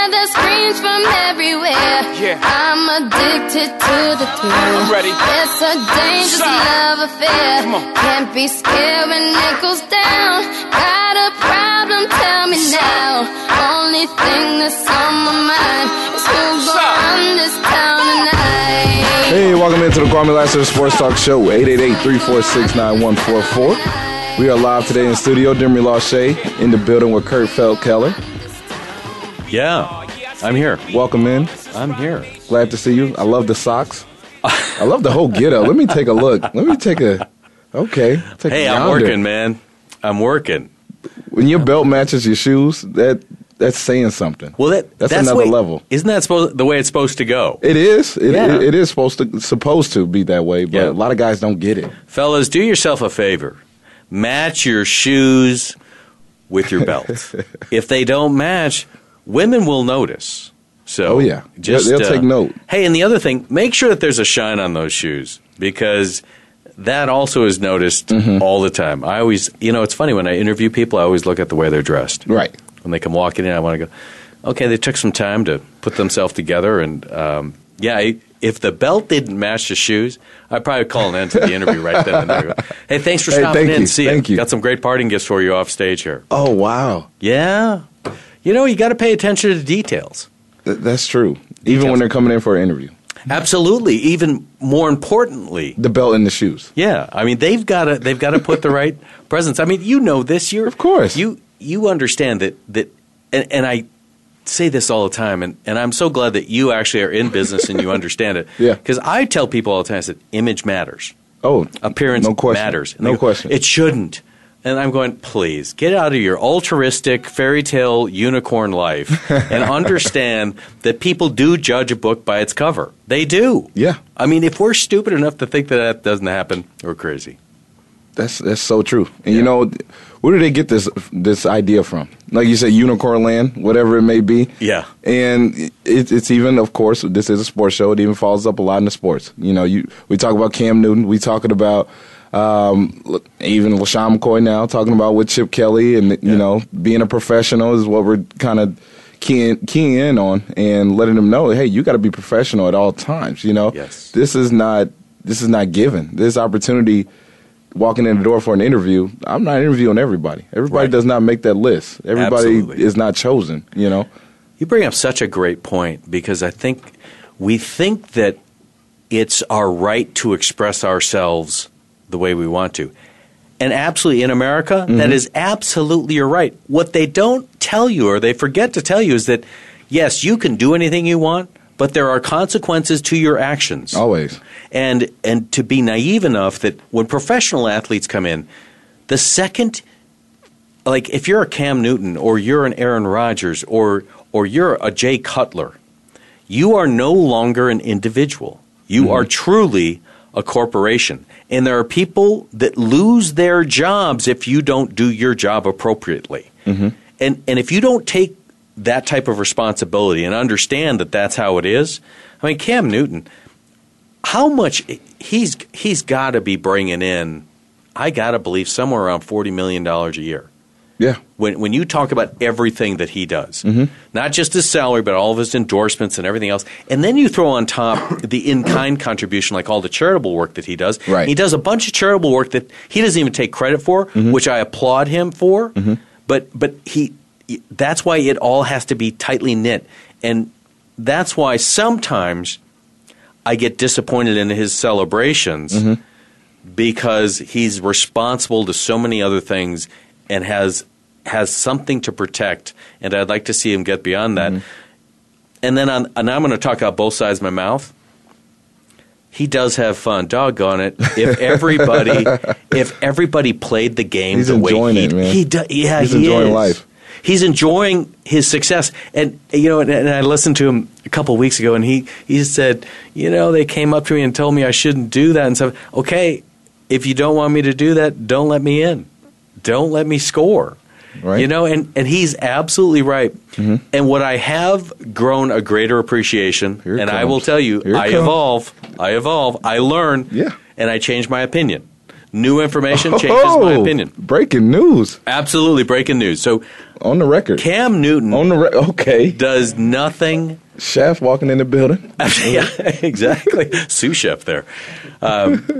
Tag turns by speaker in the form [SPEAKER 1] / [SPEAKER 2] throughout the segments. [SPEAKER 1] the screams from everywhere.
[SPEAKER 2] Yeah.
[SPEAKER 1] I'm addicted to the thrill.
[SPEAKER 2] I'm ready.
[SPEAKER 1] It's a dangerous
[SPEAKER 2] Sigh.
[SPEAKER 1] love affair.
[SPEAKER 2] Come on.
[SPEAKER 1] Can't be scared when it goes down. Got a problem? Tell me now. Only thing that's on my mind is who's gonna
[SPEAKER 2] Sigh.
[SPEAKER 1] run this town tonight.
[SPEAKER 3] Hey, welcome into the Kwame Lasseter Sports Talk Show, 888-346-9144. We are live today in studio, Demery Lachey, in the building with Kurt Feldkeller.
[SPEAKER 4] Yeah, I'm here.
[SPEAKER 3] Welcome in.
[SPEAKER 4] I'm here.
[SPEAKER 3] Glad to see you. I love the socks. I love the whole get up. Let me take a look. Let me take a, okay. Take a
[SPEAKER 4] Hey, I'm
[SPEAKER 3] yonder.
[SPEAKER 4] working, man. I'm working.
[SPEAKER 3] When your belt matches your shoes, that that's saying something.
[SPEAKER 4] Well, that
[SPEAKER 3] That's
[SPEAKER 4] the
[SPEAKER 3] another
[SPEAKER 4] way-
[SPEAKER 3] level.
[SPEAKER 4] Isn't that supposed the way it's supposed to go,
[SPEAKER 3] It is. It,
[SPEAKER 4] Yeah.
[SPEAKER 3] it, it is supposed to supposed to be that way, but
[SPEAKER 4] Yeah.
[SPEAKER 3] a lot of guys don't get it.
[SPEAKER 4] fellas? Do yourself a favor. Match your shoes with your belt. if they don't match, women will notice. So,
[SPEAKER 3] Oh, yeah. They'll-
[SPEAKER 4] just uh,
[SPEAKER 3] they'll take note.
[SPEAKER 4] Hey, and the other thing, make sure that there's a shine on those shoes because that also is noticed
[SPEAKER 3] Mm-hmm.
[SPEAKER 4] all the time. I always, you know, it's funny when I interview people, I always look at the way they're dressed.
[SPEAKER 3] Right.
[SPEAKER 4] when they come walking in, I want to go, okay, they took some time to put themselves together. And um, yeah, I- if the belt didn't match the shoes, I'd probably call an end to the interview right then and there. Go, Hey, thanks for
[SPEAKER 3] Hey,
[SPEAKER 4] stopping
[SPEAKER 3] thank
[SPEAKER 4] in.
[SPEAKER 3] you,
[SPEAKER 4] See
[SPEAKER 3] thank
[SPEAKER 4] ya.
[SPEAKER 3] you.
[SPEAKER 4] Got some great parting gifts for you off stage here.
[SPEAKER 3] Oh wow.
[SPEAKER 4] Yeah. You know, you got to pay attention to the details.
[SPEAKER 3] Th- that's true. Even when they're coming in for an interview,
[SPEAKER 4] Absolutely. Even more importantly,
[SPEAKER 3] the belt and the shoes.
[SPEAKER 4] Yeah, I mean they've got to they've got to put the right presence. I mean you know this year,
[SPEAKER 3] Of course.
[SPEAKER 4] you you understand that that, and, and I say this all the time, and, and I'm so glad that you actually are in business and you understand it.
[SPEAKER 3] Yeah.
[SPEAKER 4] because I tell people all the time, I said image matters,
[SPEAKER 3] Oh,
[SPEAKER 4] appearance
[SPEAKER 3] no question.
[SPEAKER 4] matters, And
[SPEAKER 3] No
[SPEAKER 4] they go,
[SPEAKER 3] question.
[SPEAKER 4] It shouldn't. And I'm going, please get out of your altruistic fairy tale unicorn life and understand that people do judge a book by its cover. They do.
[SPEAKER 3] Yeah.
[SPEAKER 4] I mean, if we're stupid enough to think that that doesn't happen, we're crazy.
[SPEAKER 3] that's that's so true. And you know, where did they get this this idea from? Like you said, unicorn land, whatever it may be.
[SPEAKER 4] Yeah.
[SPEAKER 3] And it, it's even, of course, this is a sports show. It even follows up a lot in the sports. You know, you we talk about Cam Newton. We talking about um, look, even LaShawn McCoy now talking about with Chip Kelly and you know being a professional is what we're kind of keying, keying in on and letting them know, hey, you got to be professional at all times. You know,
[SPEAKER 4] Yes.
[SPEAKER 3] this is not this is not given. This opportunity walking in the door for an interview, I'm not interviewing everybody. Everybody
[SPEAKER 4] Right.
[SPEAKER 3] does not make that list. Everybody
[SPEAKER 4] Absolutely.
[SPEAKER 3] is not chosen. You know.
[SPEAKER 4] You bring up such a great point because I think we think that it's our right to express ourselves the way we want to. And absolutely in America, that is absolutely your right. What they don't tell you or they forget to tell you is that yes, you can do anything you want, but there are consequences to your actions.
[SPEAKER 3] Always.
[SPEAKER 4] and and to be naive enough that when professional athletes come in, the second, like if you're a Cam Newton or you're an Aaron Rodgers or or you're a Jay Cutler, you are no longer an individual. You are truly a corporation, and there are people that lose their jobs if you don't do your job appropriately. And and if you don't take that type of responsibility and understand that that's how it is, I mean Cam Newton how much he's he's got to be bringing in i got to believe somewhere around 40 million dollars a year
[SPEAKER 3] Yeah.
[SPEAKER 4] when when you talk about everything that he does not just his salary but all of his endorsements and everything else and then you throw on top the in-kind contribution like all the charitable work that he does
[SPEAKER 3] Right.
[SPEAKER 4] he does a bunch of charitable work that he doesn't even take credit for which i applaud him for but but he that's why it all has to be tightly knit and that's why sometimes I get disappointed in his celebrations because he's responsible to so many other things and has has something to protect. And I'd like to see him get
[SPEAKER 3] Mm-hmm.
[SPEAKER 4] beyond that. And then on, and I'm going to talk out both sides of my mouth. he does have fun. Doggone it! If everybody, if everybody played the game
[SPEAKER 3] He's
[SPEAKER 4] the way
[SPEAKER 3] enjoying
[SPEAKER 4] he,
[SPEAKER 3] it, man.
[SPEAKER 4] he do, yeah,
[SPEAKER 3] He's
[SPEAKER 4] he
[SPEAKER 3] enjoying
[SPEAKER 4] is.
[SPEAKER 3] life.
[SPEAKER 4] He's enjoying his success, and you know. And, and I listened to him a couple weeks ago, and he he said, you know, they came up to me and told me I shouldn't do that, and said, okay, if you don't want me to do that, don't let me in, don't let me score.
[SPEAKER 3] Right. Mm-hmm.
[SPEAKER 4] You know, and, and he's absolutely right. And what I have grown a greater appreciation,
[SPEAKER 3] Here it
[SPEAKER 4] and I
[SPEAKER 3] comes.
[SPEAKER 4] will tell you,
[SPEAKER 3] Here it
[SPEAKER 4] I
[SPEAKER 3] comes.
[SPEAKER 4] evolve, I evolve, I learn,
[SPEAKER 3] Yeah.
[SPEAKER 4] and I change my opinion. New information changes my
[SPEAKER 3] Oh,
[SPEAKER 4] opinion.
[SPEAKER 3] Breaking news
[SPEAKER 4] Absolutely breaking news. So
[SPEAKER 3] on the record.
[SPEAKER 4] Cam Newton
[SPEAKER 3] on the re- okay,
[SPEAKER 4] does nothing.
[SPEAKER 3] chef walking in the building.
[SPEAKER 4] yeah, exactly. Sous chef there.
[SPEAKER 3] Kumo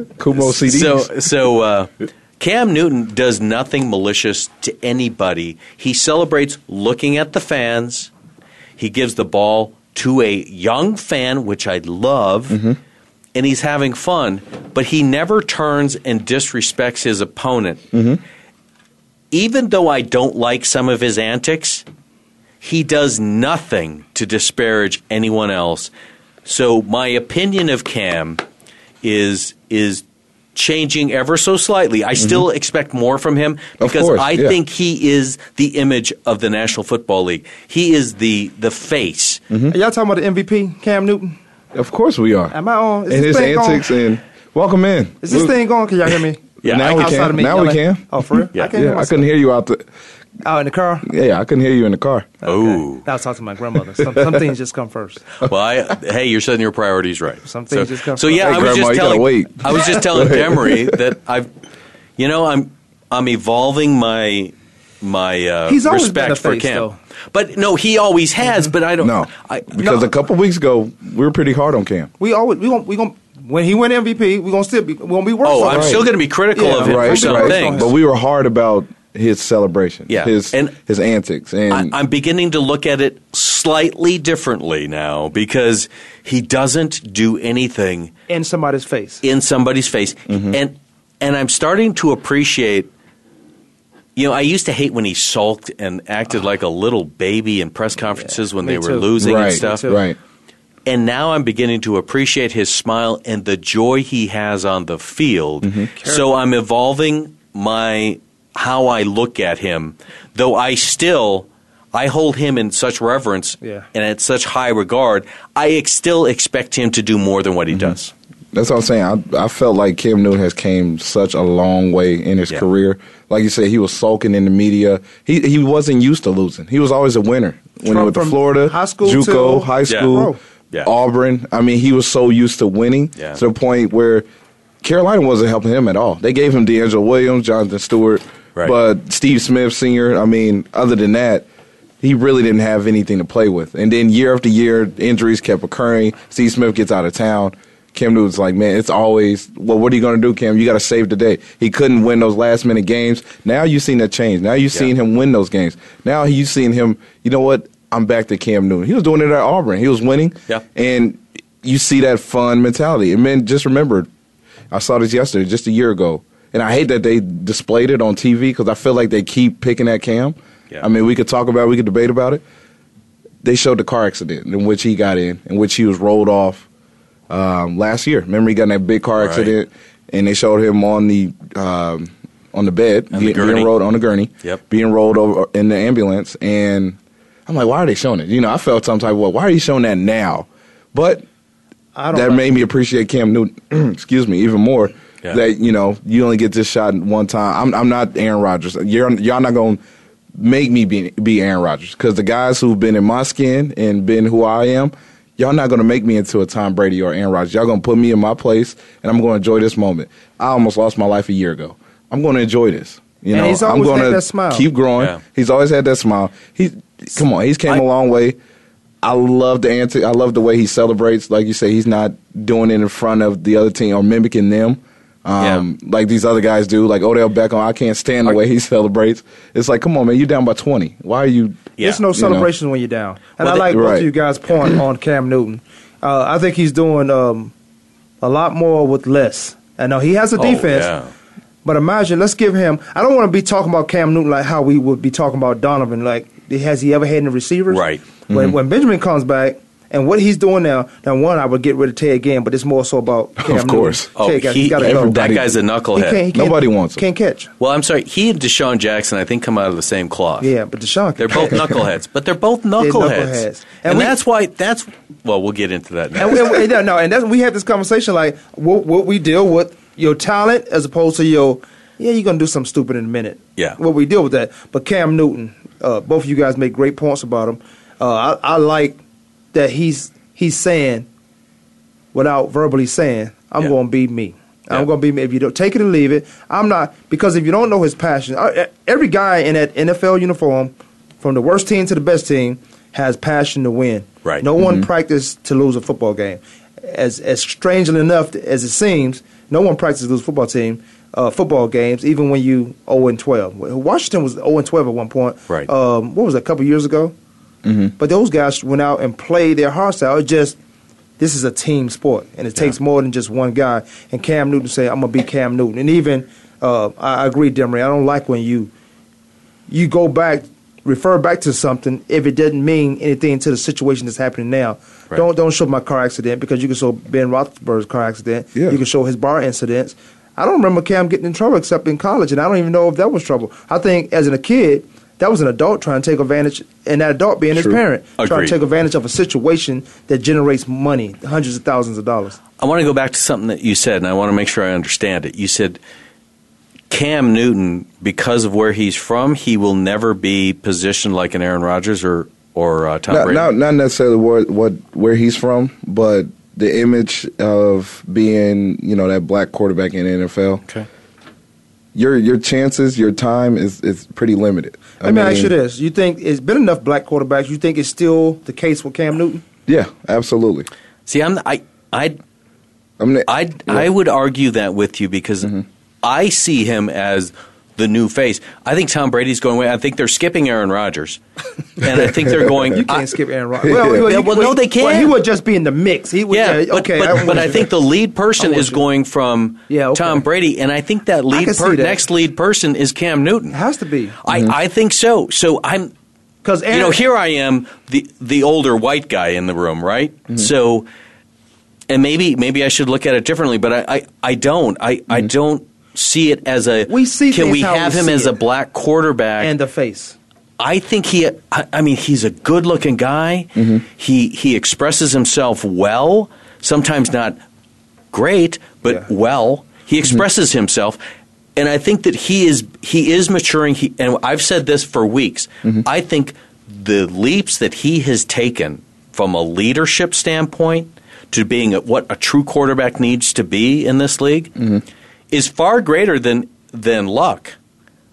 [SPEAKER 3] CDs.
[SPEAKER 4] So, so uh, Cam Newton does nothing malicious to anybody. He celebrates looking at the fans. He gives the ball to a young fan, which I love, and he's having fun. But he never turns and disrespects his opponent. Even though I don't like some of his antics, he does nothing to disparage anyone else. So my opinion of Cam is is changing ever so slightly. I still expect more from him
[SPEAKER 3] Mm-hmm. Of
[SPEAKER 4] because
[SPEAKER 3] course,
[SPEAKER 4] I
[SPEAKER 3] yeah.
[SPEAKER 4] think he is the image of the National Football League. He is the the face.
[SPEAKER 3] Mm-hmm.
[SPEAKER 2] Are y'all talking about the MVP, Cam Newton?
[SPEAKER 3] of course we are.
[SPEAKER 2] Am I on? Is
[SPEAKER 3] and
[SPEAKER 2] this
[SPEAKER 3] his
[SPEAKER 2] thing on?
[SPEAKER 3] antics and welcome in.
[SPEAKER 2] Is this
[SPEAKER 3] Look,
[SPEAKER 2] thing going? Can y'all hear me?
[SPEAKER 4] Yeah,
[SPEAKER 3] now
[SPEAKER 4] I
[SPEAKER 3] we
[SPEAKER 2] Outside
[SPEAKER 3] can.
[SPEAKER 2] of me,
[SPEAKER 3] now
[SPEAKER 2] y'all
[SPEAKER 3] we
[SPEAKER 2] like-
[SPEAKER 3] can.
[SPEAKER 2] Oh, for real?
[SPEAKER 4] Yeah.
[SPEAKER 2] I can't hear
[SPEAKER 3] Yeah, I
[SPEAKER 2] myself.
[SPEAKER 3] couldn't hear you out the.
[SPEAKER 2] Oh, in the car.
[SPEAKER 3] Yeah, I couldn't hear you in the car.
[SPEAKER 4] Oh,
[SPEAKER 2] I was talking to my grandmother. Some, some things just come first.
[SPEAKER 4] well, I, hey, you're setting your priorities right.
[SPEAKER 2] Some
[SPEAKER 4] so,
[SPEAKER 2] things just come
[SPEAKER 4] so
[SPEAKER 2] from-
[SPEAKER 4] yeah,
[SPEAKER 3] Hey,
[SPEAKER 4] I was
[SPEAKER 3] Grandma,
[SPEAKER 4] just
[SPEAKER 3] you gotta
[SPEAKER 4] telling.
[SPEAKER 3] wait.
[SPEAKER 4] I was just telling Demery that I've, you know, I'm I'm evolving my my uh,
[SPEAKER 2] He's always
[SPEAKER 4] respect
[SPEAKER 2] been a
[SPEAKER 4] for
[SPEAKER 2] face,
[SPEAKER 4] Cam.
[SPEAKER 2] though. Mm-hmm.
[SPEAKER 4] But no, he always has. But I don't.
[SPEAKER 3] No,
[SPEAKER 4] I,
[SPEAKER 3] because
[SPEAKER 2] no.
[SPEAKER 3] a couple weeks ago we were pretty hard on Cam.
[SPEAKER 2] We always we gon' we gon' when he win MVP, we gonna still be we gonna be working.
[SPEAKER 4] oh, I'm still going to be critical
[SPEAKER 2] Yeah,
[SPEAKER 4] of him
[SPEAKER 2] Right,
[SPEAKER 4] for
[SPEAKER 2] right.
[SPEAKER 4] some things.
[SPEAKER 3] But we were hard about his celebration.
[SPEAKER 4] Yeah,
[SPEAKER 3] his
[SPEAKER 4] and-
[SPEAKER 3] his antics
[SPEAKER 4] I,
[SPEAKER 3] and
[SPEAKER 4] I'm beginning to look at it slightly differently now because he doesn't do anything
[SPEAKER 2] in somebody's face.
[SPEAKER 4] in somebody's face,
[SPEAKER 2] Mm-hmm.
[SPEAKER 4] and and I'm starting to appreciate. You know, I used to hate when he sulked and acted like a little baby in press conferences when
[SPEAKER 2] me
[SPEAKER 4] they were
[SPEAKER 2] too.
[SPEAKER 4] losing
[SPEAKER 3] right,
[SPEAKER 4] and stuff.
[SPEAKER 3] right.
[SPEAKER 4] And now I'm beginning to appreciate his smile and the joy he has on the field.
[SPEAKER 2] Mm-hmm.
[SPEAKER 4] So I'm evolving my how I look at him, though I still I hold him in such reverence
[SPEAKER 2] Yeah.
[SPEAKER 4] and at such high regard. I ex- still expect him to do more than what
[SPEAKER 2] Mm-hmm.
[SPEAKER 4] he does.
[SPEAKER 3] That's what I'm saying. I, I felt like Cam Newton has came such a long way in his
[SPEAKER 4] Yeah.
[SPEAKER 3] career. Like you said, he was sulking in the media. He he wasn't used to losing. He was always a winner. When he
[SPEAKER 2] From-
[SPEAKER 3] went to
[SPEAKER 2] from
[SPEAKER 3] Florida,
[SPEAKER 2] high school
[SPEAKER 3] JUCO,
[SPEAKER 2] to-
[SPEAKER 3] high
[SPEAKER 4] Yeah.
[SPEAKER 3] school,
[SPEAKER 2] Pro.
[SPEAKER 4] Yeah.
[SPEAKER 3] Auburn. I mean, he was so used to winning
[SPEAKER 4] Yeah.
[SPEAKER 3] to the point where Carolina wasn't helping him at all. They gave him D'Angelo Williams, Jonathan Stewart,
[SPEAKER 4] Right.
[SPEAKER 3] but uh, Steve Smith Senior. I mean, other than that, he really didn't have anything to play with. And then year after year, injuries kept occurring. Steve Smith gets out of town. Cam Newton's like, man, it's always, well, what are you going to do, Cam? You got to save the day. He couldn't win those last minute games. Now you've seen that change. Now you've
[SPEAKER 4] Yeah.
[SPEAKER 3] seen him win those games. Now you've seen him, you know what? I'm back to Cam Newton. He was doing it at Auburn. He was winning.
[SPEAKER 4] Yeah.
[SPEAKER 3] And you see that fun mentality. And man, just remember, I saw this yesterday, just a year ago. And I hate that they displayed it on TV because I feel like they keep picking at Cam.
[SPEAKER 4] Yeah.
[SPEAKER 3] I mean, we could talk about it, we could debate about it. They showed the car accident in which he got in, in which he was rolled off um, last year. Remember, he got in that big car
[SPEAKER 4] Right.
[SPEAKER 3] accident, and they showed him on the um, on the bed,
[SPEAKER 4] On the
[SPEAKER 3] be-
[SPEAKER 4] gurney.
[SPEAKER 3] being rolled on the gurney,
[SPEAKER 4] Yep.
[SPEAKER 3] being rolled over in the ambulance. And I'm like, why are they showing it? You know, I felt some type of way. Why are you showing that now? But
[SPEAKER 2] I don't
[SPEAKER 3] that
[SPEAKER 2] like-
[SPEAKER 3] made me appreciate Cam Newton, excuse me, even more.
[SPEAKER 4] Yeah.
[SPEAKER 3] That you know, you only get this shot one time. I'm I'm not Aaron Rodgers. You're y'all not gonna make me be be Aaron Rodgers because the guys who've been in my skin and been who I am, y'all not gonna make me into a Tom Brady or Aaron Rodgers. Y'all gonna put me in my place, and I'm gonna enjoy this moment. I almost lost my life a year ago. I'm gonna enjoy this. You
[SPEAKER 2] And
[SPEAKER 3] know,
[SPEAKER 2] he's
[SPEAKER 3] I'm
[SPEAKER 2] always had
[SPEAKER 3] gonna
[SPEAKER 2] that smile.
[SPEAKER 3] keep growing.
[SPEAKER 4] Yeah.
[SPEAKER 3] He's always had that smile. He come on, he's came a long way. I love the antic. I love the way he celebrates. Like you say, he's not doing it in front of the other team or mimicking them, um, like these other guys do. Like Odell Beckham, I can't stand the way he celebrates. It's like, come on, man, you're down by twenty. Why are you?
[SPEAKER 4] Yeah.
[SPEAKER 2] It's no
[SPEAKER 3] You know.
[SPEAKER 2] celebration when you're down. And
[SPEAKER 4] Well,
[SPEAKER 2] I
[SPEAKER 4] they-
[SPEAKER 2] like both
[SPEAKER 3] Right.
[SPEAKER 2] of you guys' point on Cam Newton. Uh, I think he's doing um, a lot more with less. I know he has a
[SPEAKER 4] Oh,
[SPEAKER 2] defense,
[SPEAKER 4] yeah.
[SPEAKER 2] but imagine let's give him. I don't want to be talking about Cam Newton like how we would be talking about Donovan. Like has he ever had any receivers?
[SPEAKER 4] Right.
[SPEAKER 2] When, when Benjamin comes back And what he's doing now, now one, I would get rid of Ted Ginn, but it's more so about Cam Newton.
[SPEAKER 3] course.
[SPEAKER 4] Oh,
[SPEAKER 2] Ted got-
[SPEAKER 4] he-
[SPEAKER 2] gotta go.
[SPEAKER 4] that
[SPEAKER 3] Everybody-
[SPEAKER 4] guy's a
[SPEAKER 2] He
[SPEAKER 4] knucklehead.
[SPEAKER 2] can't- he can't-
[SPEAKER 3] Nobody wants him.
[SPEAKER 2] Can't catch.
[SPEAKER 4] Well, I'm sorry. He and Deshaun Jackson, I think, come out of the same cloth.
[SPEAKER 2] Yeah, but Deshaun.
[SPEAKER 4] They're both
[SPEAKER 2] can catch.
[SPEAKER 4] knuckleheads, but they're both knuckleheads.
[SPEAKER 2] knuckleheads.
[SPEAKER 4] And,
[SPEAKER 2] And we-
[SPEAKER 4] that's why that's well, we'll get into that.
[SPEAKER 2] and,
[SPEAKER 4] Now.
[SPEAKER 2] we, and we- no, no, and that's, we had this conversation like what, what we deal with your talent as opposed to your yeah you're gonna do something stupid in a minute
[SPEAKER 4] Yeah.
[SPEAKER 2] what we deal with that but Cam Newton uh, both of you guys make great points about him uh, I, I like that he's he's saying without verbally saying I'm
[SPEAKER 4] Yeah.
[SPEAKER 2] gonna be me
[SPEAKER 4] Yeah.
[SPEAKER 2] I'm gonna be me if you don't take it and leave it I'm not because if you don't know his passion I- e, every guy in that NFL uniform from the worst team to the best team has passion to win
[SPEAKER 4] Right.
[SPEAKER 2] no one practiced to lose a football game. As as strangely enough as it seems, no one practices to lose football team uh, football games, even when you zero and twelve. Washington was zero and twelve at one point.
[SPEAKER 4] Right.
[SPEAKER 2] Um, what was that, a couple years ago? Mm-hmm. But those guys went out and played their hearts out. It just this is a team sport, and it takes more than just one guy. And Cam Newton said, "I'm gonna be Cam Newton." And even uh, I I agree, Demery. I don't like when you you go back, refer back to something if it doesn't mean anything to the situation that's happening now.
[SPEAKER 4] Right.
[SPEAKER 2] Don't don't show my car accident because you can show Ben Roethlisberger's car accident.
[SPEAKER 3] Yeah.
[SPEAKER 2] You can show his bar incidents. I don't remember Cam getting in trouble except in college, and I don't even know if that was trouble. I think as in a kid, that was an adult trying to take advantage, and that adult being
[SPEAKER 3] True.
[SPEAKER 2] his parent trying
[SPEAKER 4] Agreed.
[SPEAKER 2] to take advantage of a situation that generates money, hundreds of thousands of dollars.
[SPEAKER 4] I want to go back to something that you said, and I want to make sure I understand it. You said Cam Newton, because of where he's from, he will never be positioned like an Aaron Rodgers or or uh, Tom
[SPEAKER 3] not,
[SPEAKER 4] Brady.
[SPEAKER 3] Not, not necessarily what, what where he's from, but the image of being you know that black quarterback in the NFL.
[SPEAKER 4] Okay.
[SPEAKER 3] Your your chances, your time is is pretty limited. I
[SPEAKER 2] Let me ask you this: You think it's been enough black quarterbacks? You think it's still the case with Cam Newton?
[SPEAKER 3] Yeah, absolutely.
[SPEAKER 4] See, I'm I I
[SPEAKER 3] I mean,
[SPEAKER 4] I I would argue that with you because
[SPEAKER 2] Mm-hmm.
[SPEAKER 4] I see him as the new face. I think Tom Brady's going away. I think they're skipping Aaron Rodgers, and I think they're going.
[SPEAKER 2] You can't
[SPEAKER 4] I-
[SPEAKER 2] skip Aaron Rodgers.
[SPEAKER 3] Yeah.
[SPEAKER 4] Yeah, well, no, they
[SPEAKER 2] Well, he
[SPEAKER 4] can.
[SPEAKER 2] would just be in the mix. He would,
[SPEAKER 4] yeah,
[SPEAKER 2] yeah,
[SPEAKER 4] but,
[SPEAKER 2] okay.
[SPEAKER 4] but,
[SPEAKER 2] I'm
[SPEAKER 4] but I
[SPEAKER 2] with
[SPEAKER 4] think
[SPEAKER 2] you.
[SPEAKER 4] the lead person
[SPEAKER 2] I'm with
[SPEAKER 4] is
[SPEAKER 2] you.
[SPEAKER 4] going from
[SPEAKER 2] Yeah, okay.
[SPEAKER 4] Tom Brady, and I think that lead
[SPEAKER 2] can see
[SPEAKER 4] per-
[SPEAKER 2] that. Mm-hmm.
[SPEAKER 4] next lead person is Cam Newton.
[SPEAKER 2] It has to be.
[SPEAKER 4] I, I think so. So I'm,
[SPEAKER 2] because
[SPEAKER 4] you know, here I am, the the older white guy in the room, right?
[SPEAKER 2] Mm-hmm.
[SPEAKER 4] So, and maybe maybe I should look at it differently, but I I, I don't. I I don't see it as a.
[SPEAKER 2] Mm-hmm. We see
[SPEAKER 4] Can
[SPEAKER 2] things
[SPEAKER 4] we
[SPEAKER 2] how we
[SPEAKER 4] have him
[SPEAKER 2] see
[SPEAKER 4] as
[SPEAKER 2] it.
[SPEAKER 4] a black quarterback?
[SPEAKER 2] and the face.
[SPEAKER 4] I think he. I, I mean, he's a good-looking guy. He he expresses himself well. Sometimes not great, but
[SPEAKER 2] Yeah.
[SPEAKER 4] well. He expresses himself, and I think that he is he is maturing. He and I've said this for weeks. I think the leaps that he has taken from a leadership standpoint to being at what a true quarterback needs to be in this league is far greater than than luck.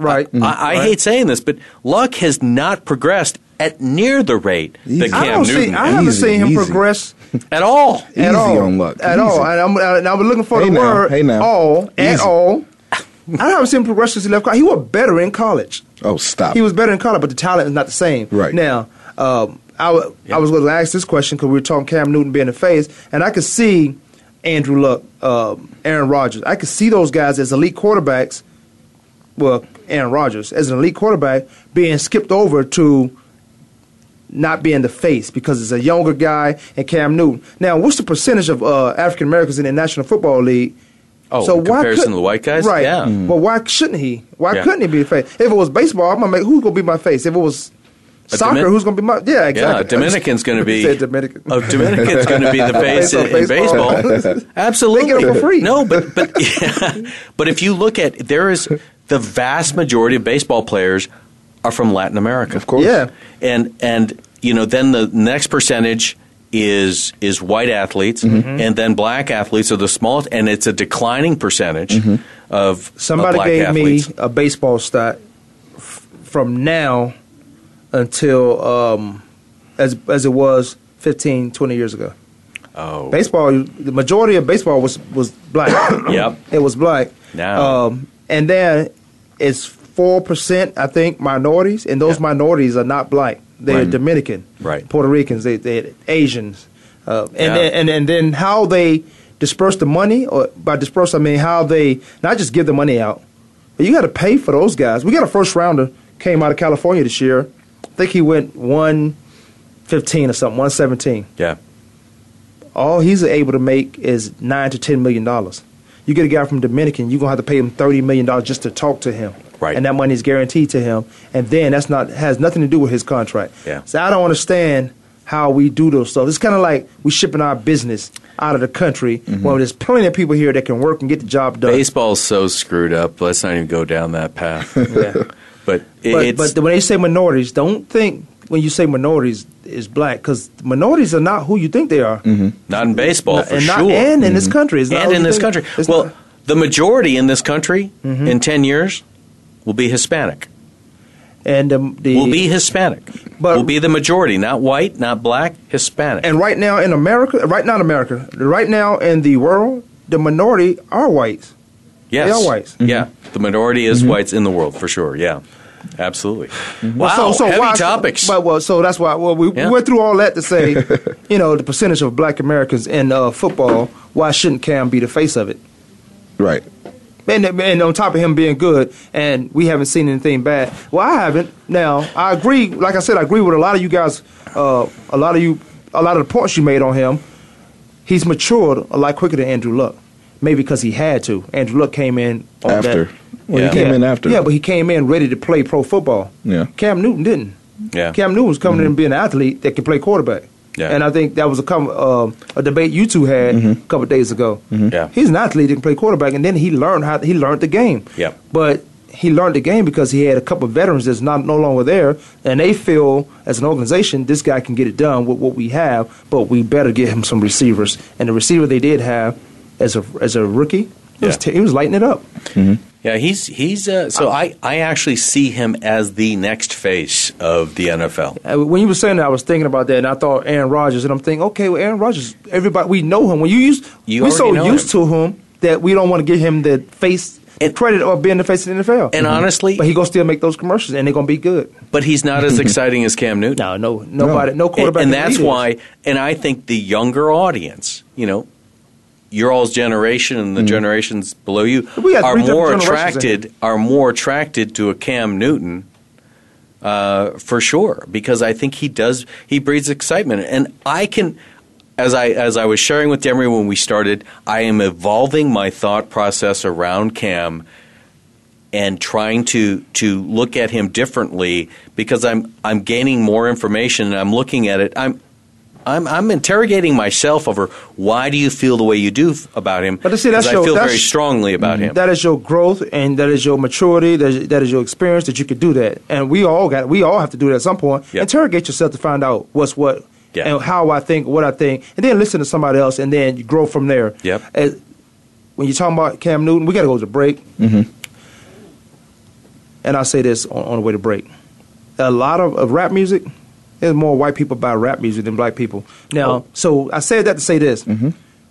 [SPEAKER 2] Right.
[SPEAKER 3] Mm.
[SPEAKER 4] I, I
[SPEAKER 2] Right.
[SPEAKER 4] hate saying this, but Luck has not progressed at near the rate that
[SPEAKER 3] Easy.
[SPEAKER 4] Cam
[SPEAKER 2] I don't
[SPEAKER 4] Newton
[SPEAKER 2] see. I haven't
[SPEAKER 3] Easy,
[SPEAKER 2] seen him
[SPEAKER 3] easy.
[SPEAKER 2] progress
[SPEAKER 4] at all.
[SPEAKER 3] Easy
[SPEAKER 2] at all.
[SPEAKER 3] on luck.
[SPEAKER 2] At
[SPEAKER 3] Easy.
[SPEAKER 2] all. And I'm, and I'm looking for
[SPEAKER 3] Hey
[SPEAKER 2] the
[SPEAKER 3] now,
[SPEAKER 2] word.
[SPEAKER 3] hey now.
[SPEAKER 2] All. At
[SPEAKER 3] Easy.
[SPEAKER 2] all. I haven't seen him progress since he left college. He was better in college.
[SPEAKER 3] oh stop.
[SPEAKER 2] He was better in college, but the talent is not the same.
[SPEAKER 3] Right.
[SPEAKER 2] Now, um, I, w- I was going to ask this question because we were talking Cam Newton being the face, and I could see Andrew Luck, um, Aaron Rodgers. I could see those guys as elite quarterbacks. Well, Aaron Rodgers as an elite quarterback being skipped over to not being the face because it's a younger guy and Cam Newton. Now, what's the percentage of uh, African Americans in the National Football League?
[SPEAKER 4] Oh, in comparison to the white guys?
[SPEAKER 2] right? Mm.
[SPEAKER 4] Yeah. Hmm.
[SPEAKER 2] But Well, why shouldn't he? Why
[SPEAKER 4] Yeah.
[SPEAKER 2] couldn't he be the face? If it was baseball, I'm gonna make who's gonna be my face. If it was
[SPEAKER 4] A
[SPEAKER 2] soccer,
[SPEAKER 4] Domin-
[SPEAKER 2] who's gonna be my yeah? Exactly.
[SPEAKER 4] Yeah, Dominican's going to be.
[SPEAKER 2] Said Dominican.
[SPEAKER 4] Oh, Dominican's going to be the face in, in
[SPEAKER 2] Baseball,
[SPEAKER 4] baseball.
[SPEAKER 2] baseball.
[SPEAKER 4] Absolutely,
[SPEAKER 2] They get it for free.
[SPEAKER 4] No, but but but if you look at there is the vast majority of baseball players are from Latin America,
[SPEAKER 3] Of course.
[SPEAKER 2] Yeah.
[SPEAKER 4] and and you know then the next percentage is is white athletes
[SPEAKER 2] Mm-hmm.
[SPEAKER 4] and then black athletes are the smallest and it's a declining percentage of of
[SPEAKER 2] Mm-hmm. Somebody
[SPEAKER 4] black
[SPEAKER 2] gave
[SPEAKER 4] athletes.
[SPEAKER 2] me a baseball stat f- from now until um, as as it was 15, 20 years ago.
[SPEAKER 4] oh
[SPEAKER 2] Baseball, the majority of baseball was was black.
[SPEAKER 4] Yep.
[SPEAKER 2] it was black.
[SPEAKER 4] Now.
[SPEAKER 2] um, and then it's four percent, I think, minorities, and those
[SPEAKER 4] Yeah.
[SPEAKER 2] minorities are not black. They're
[SPEAKER 4] Right.
[SPEAKER 2] Dominican,
[SPEAKER 4] Right.
[SPEAKER 2] Puerto Ricans, they they Asians, uh, and
[SPEAKER 4] Yeah.
[SPEAKER 2] then, and and then how they disperse the money, or by disperse I mean how they not just give the money out, but you got to pay for those guys. We got a first rounder came out of California this year. I think he went one fifteen or something, one seventeen
[SPEAKER 4] yeah
[SPEAKER 2] all he's able to make is nine to ten million dollars. You get a guy from Dominican, you're gonna have to pay him thirty million dollars just to talk to him.
[SPEAKER 4] Right.
[SPEAKER 2] And that money is guaranteed to him. And then that's not has nothing to do with his contract.
[SPEAKER 4] Yeah.
[SPEAKER 2] So I don't understand how we do those stuff. It's kinda like we shipping our business out of the country
[SPEAKER 4] Mm-hmm.
[SPEAKER 2] when there's plenty of people here that can work and get the job done.
[SPEAKER 4] Baseball's so screwed up. Let's not even go down that path.
[SPEAKER 2] Yeah.
[SPEAKER 4] But, it,
[SPEAKER 2] But,
[SPEAKER 4] it's
[SPEAKER 2] but when they say minorities, don't think when you say minorities is black because minorities are not who you think they are,
[SPEAKER 4] not in baseball Mm-hmm. for
[SPEAKER 2] and,
[SPEAKER 4] sure. Mm-hmm.
[SPEAKER 2] not, and in this country, It's not
[SPEAKER 4] and
[SPEAKER 2] who
[SPEAKER 4] in
[SPEAKER 2] you
[SPEAKER 4] this
[SPEAKER 2] think-
[SPEAKER 4] country.
[SPEAKER 2] it's
[SPEAKER 4] Well,
[SPEAKER 2] not- Mm-hmm.
[SPEAKER 4] the majority in this country in 10 years will be Hispanic.
[SPEAKER 2] and um, the
[SPEAKER 4] Will be Hispanic.
[SPEAKER 2] But-
[SPEAKER 4] will be the majority, not white, not black, Hispanic.
[SPEAKER 2] and right now in America, right now in America, right now in the world, the minority are whites.
[SPEAKER 4] yes.
[SPEAKER 2] they are whites. Mm-hmm.
[SPEAKER 4] Yeah. The minority is whites in the world for sure. Yeah. Absolutely. Wow.
[SPEAKER 2] Well,
[SPEAKER 4] heavy
[SPEAKER 2] why-
[SPEAKER 4] topics.
[SPEAKER 2] But well, so that's why. Well, we, we
[SPEAKER 4] Yeah.
[SPEAKER 2] went through all that to say, you know, the percentage of black Americans in uh, football. Why shouldn't Cam be the face of it?
[SPEAKER 3] Right.
[SPEAKER 2] And, and on top of him being good, and we haven't seen anything bad. Well, I haven't. Now, I agree. Like I said, I agree with a lot of you guys. Uh, a lot of you, a lot of the points you made on him. He's matured a lot quicker than Andrew Luck. Maybe because he had to. Andrew Luck came in on
[SPEAKER 3] After.
[SPEAKER 2] That.
[SPEAKER 3] Well,
[SPEAKER 4] Yeah.
[SPEAKER 3] he came in after.
[SPEAKER 2] Yeah, but he came in ready to play pro football.
[SPEAKER 3] Yeah.
[SPEAKER 2] Cam Newton didn't.
[SPEAKER 4] yeah. Mm-hmm.
[SPEAKER 2] Cam Newton was coming in and being an athlete that could play quarterback.
[SPEAKER 4] Yeah. Mm-hmm.
[SPEAKER 2] And I think that was a com- um a debate you two had a couple of days ago.
[SPEAKER 4] Yeah.
[SPEAKER 2] He's an athlete that can play quarterback, and then he learned how he learned the game.
[SPEAKER 4] Yeah.
[SPEAKER 2] But he learned the game because he had a couple of veterans that's not no longer there, and they feel as an organization this guy can get it done with what we have, but we better get him some receivers. And the receiver they did have as a as a rookie, it was
[SPEAKER 4] Yeah.
[SPEAKER 2] t- he was lighting it up.
[SPEAKER 4] Yeah, he's he's uh, so I, I actually see him as the next face of the NFL.
[SPEAKER 2] Uh, When you were saying that, I was thinking about that, and I thought Aaron Rodgers, and I'm thinking, okay, well, Aaron Rodgers, everybody we know him. When you used,
[SPEAKER 4] You
[SPEAKER 2] we're
[SPEAKER 4] already
[SPEAKER 2] so
[SPEAKER 4] know
[SPEAKER 2] used
[SPEAKER 4] him.
[SPEAKER 2] to him that we don't want to give him the face
[SPEAKER 4] And-
[SPEAKER 2] credit or being the face of the NFL.
[SPEAKER 4] And honestly,
[SPEAKER 2] Mm-hmm. but he gonna still make those commercials, and they're gonna be good.
[SPEAKER 4] but he's not as exciting as Cam Newton.
[SPEAKER 2] No, no, nobody, no,
[SPEAKER 4] and,
[SPEAKER 2] quarterback.
[SPEAKER 4] and
[SPEAKER 2] can
[SPEAKER 4] that's
[SPEAKER 2] beat it.
[SPEAKER 4] why. And I think the younger audience, you know, your all's generation and the generations below you
[SPEAKER 2] Mm-hmm. We got
[SPEAKER 4] are
[SPEAKER 2] three different
[SPEAKER 4] more
[SPEAKER 2] generations
[SPEAKER 4] attracted are more attracted to a Cam Newton uh, for sure because I think he does he breeds excitement and I can as I as I was sharing with Demery when we started I am evolving my thought process around Cam and trying to to look at him differently because I'm I'm gaining more information and I'm looking at it I'm I'm, I'm interrogating myself over why do you feel the way you do f- about him?
[SPEAKER 2] But see, that's
[SPEAKER 4] 'Cause I
[SPEAKER 2] your-
[SPEAKER 4] feel
[SPEAKER 2] that's-
[SPEAKER 4] very strongly about him.
[SPEAKER 2] That is your growth, and that is your maturity. That is, that is your experience that you could do that. And we all got, we all have to do that at some point.
[SPEAKER 4] Yeah.
[SPEAKER 2] Interrogate yourself to find out what's what,
[SPEAKER 4] Yeah.
[SPEAKER 2] and how I think, what I think, and then listen to somebody else, and then you grow from there.
[SPEAKER 4] Yep.
[SPEAKER 2] As- when you're talking about Cam Newton, we got to go to break.
[SPEAKER 4] Mm-hmm.
[SPEAKER 2] And I say this on, on the way to break: a lot of, of rap music. There's more white people buy rap music than black people. Now,
[SPEAKER 4] Oh. Mm-hmm.
[SPEAKER 2] so I said that to say this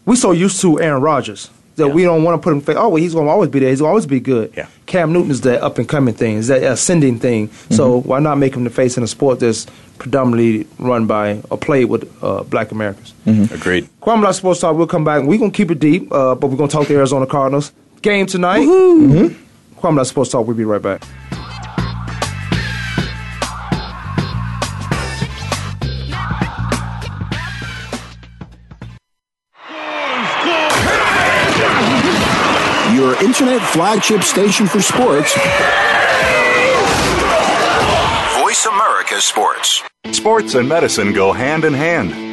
[SPEAKER 2] we so used to Aaron Rodgers that
[SPEAKER 4] Yeah.
[SPEAKER 2] we don't want to put him. Face. Oh, well, he's going to always be there. He's going to always be good.
[SPEAKER 4] Yeah.
[SPEAKER 2] Cam Newton is that up and coming thing. Is that ascending thing. So
[SPEAKER 4] Mm-hmm.
[SPEAKER 2] why not make him the face in a sport that's predominantly run by or played with uh, Black Americans?
[SPEAKER 4] Mm-hmm. Agreed.
[SPEAKER 2] Kwame Black Sports Talk. We'll come back. We're going to keep it deep, uh, but we're going to talk the Arizona Cardinals game tonight. Mm-hmm. Kwame Black Sports Talk. We'll be right back.
[SPEAKER 5] Your internet flagship station for sports.
[SPEAKER 6] Voice America Sports.
[SPEAKER 7] Sports and medicine go hand in hand.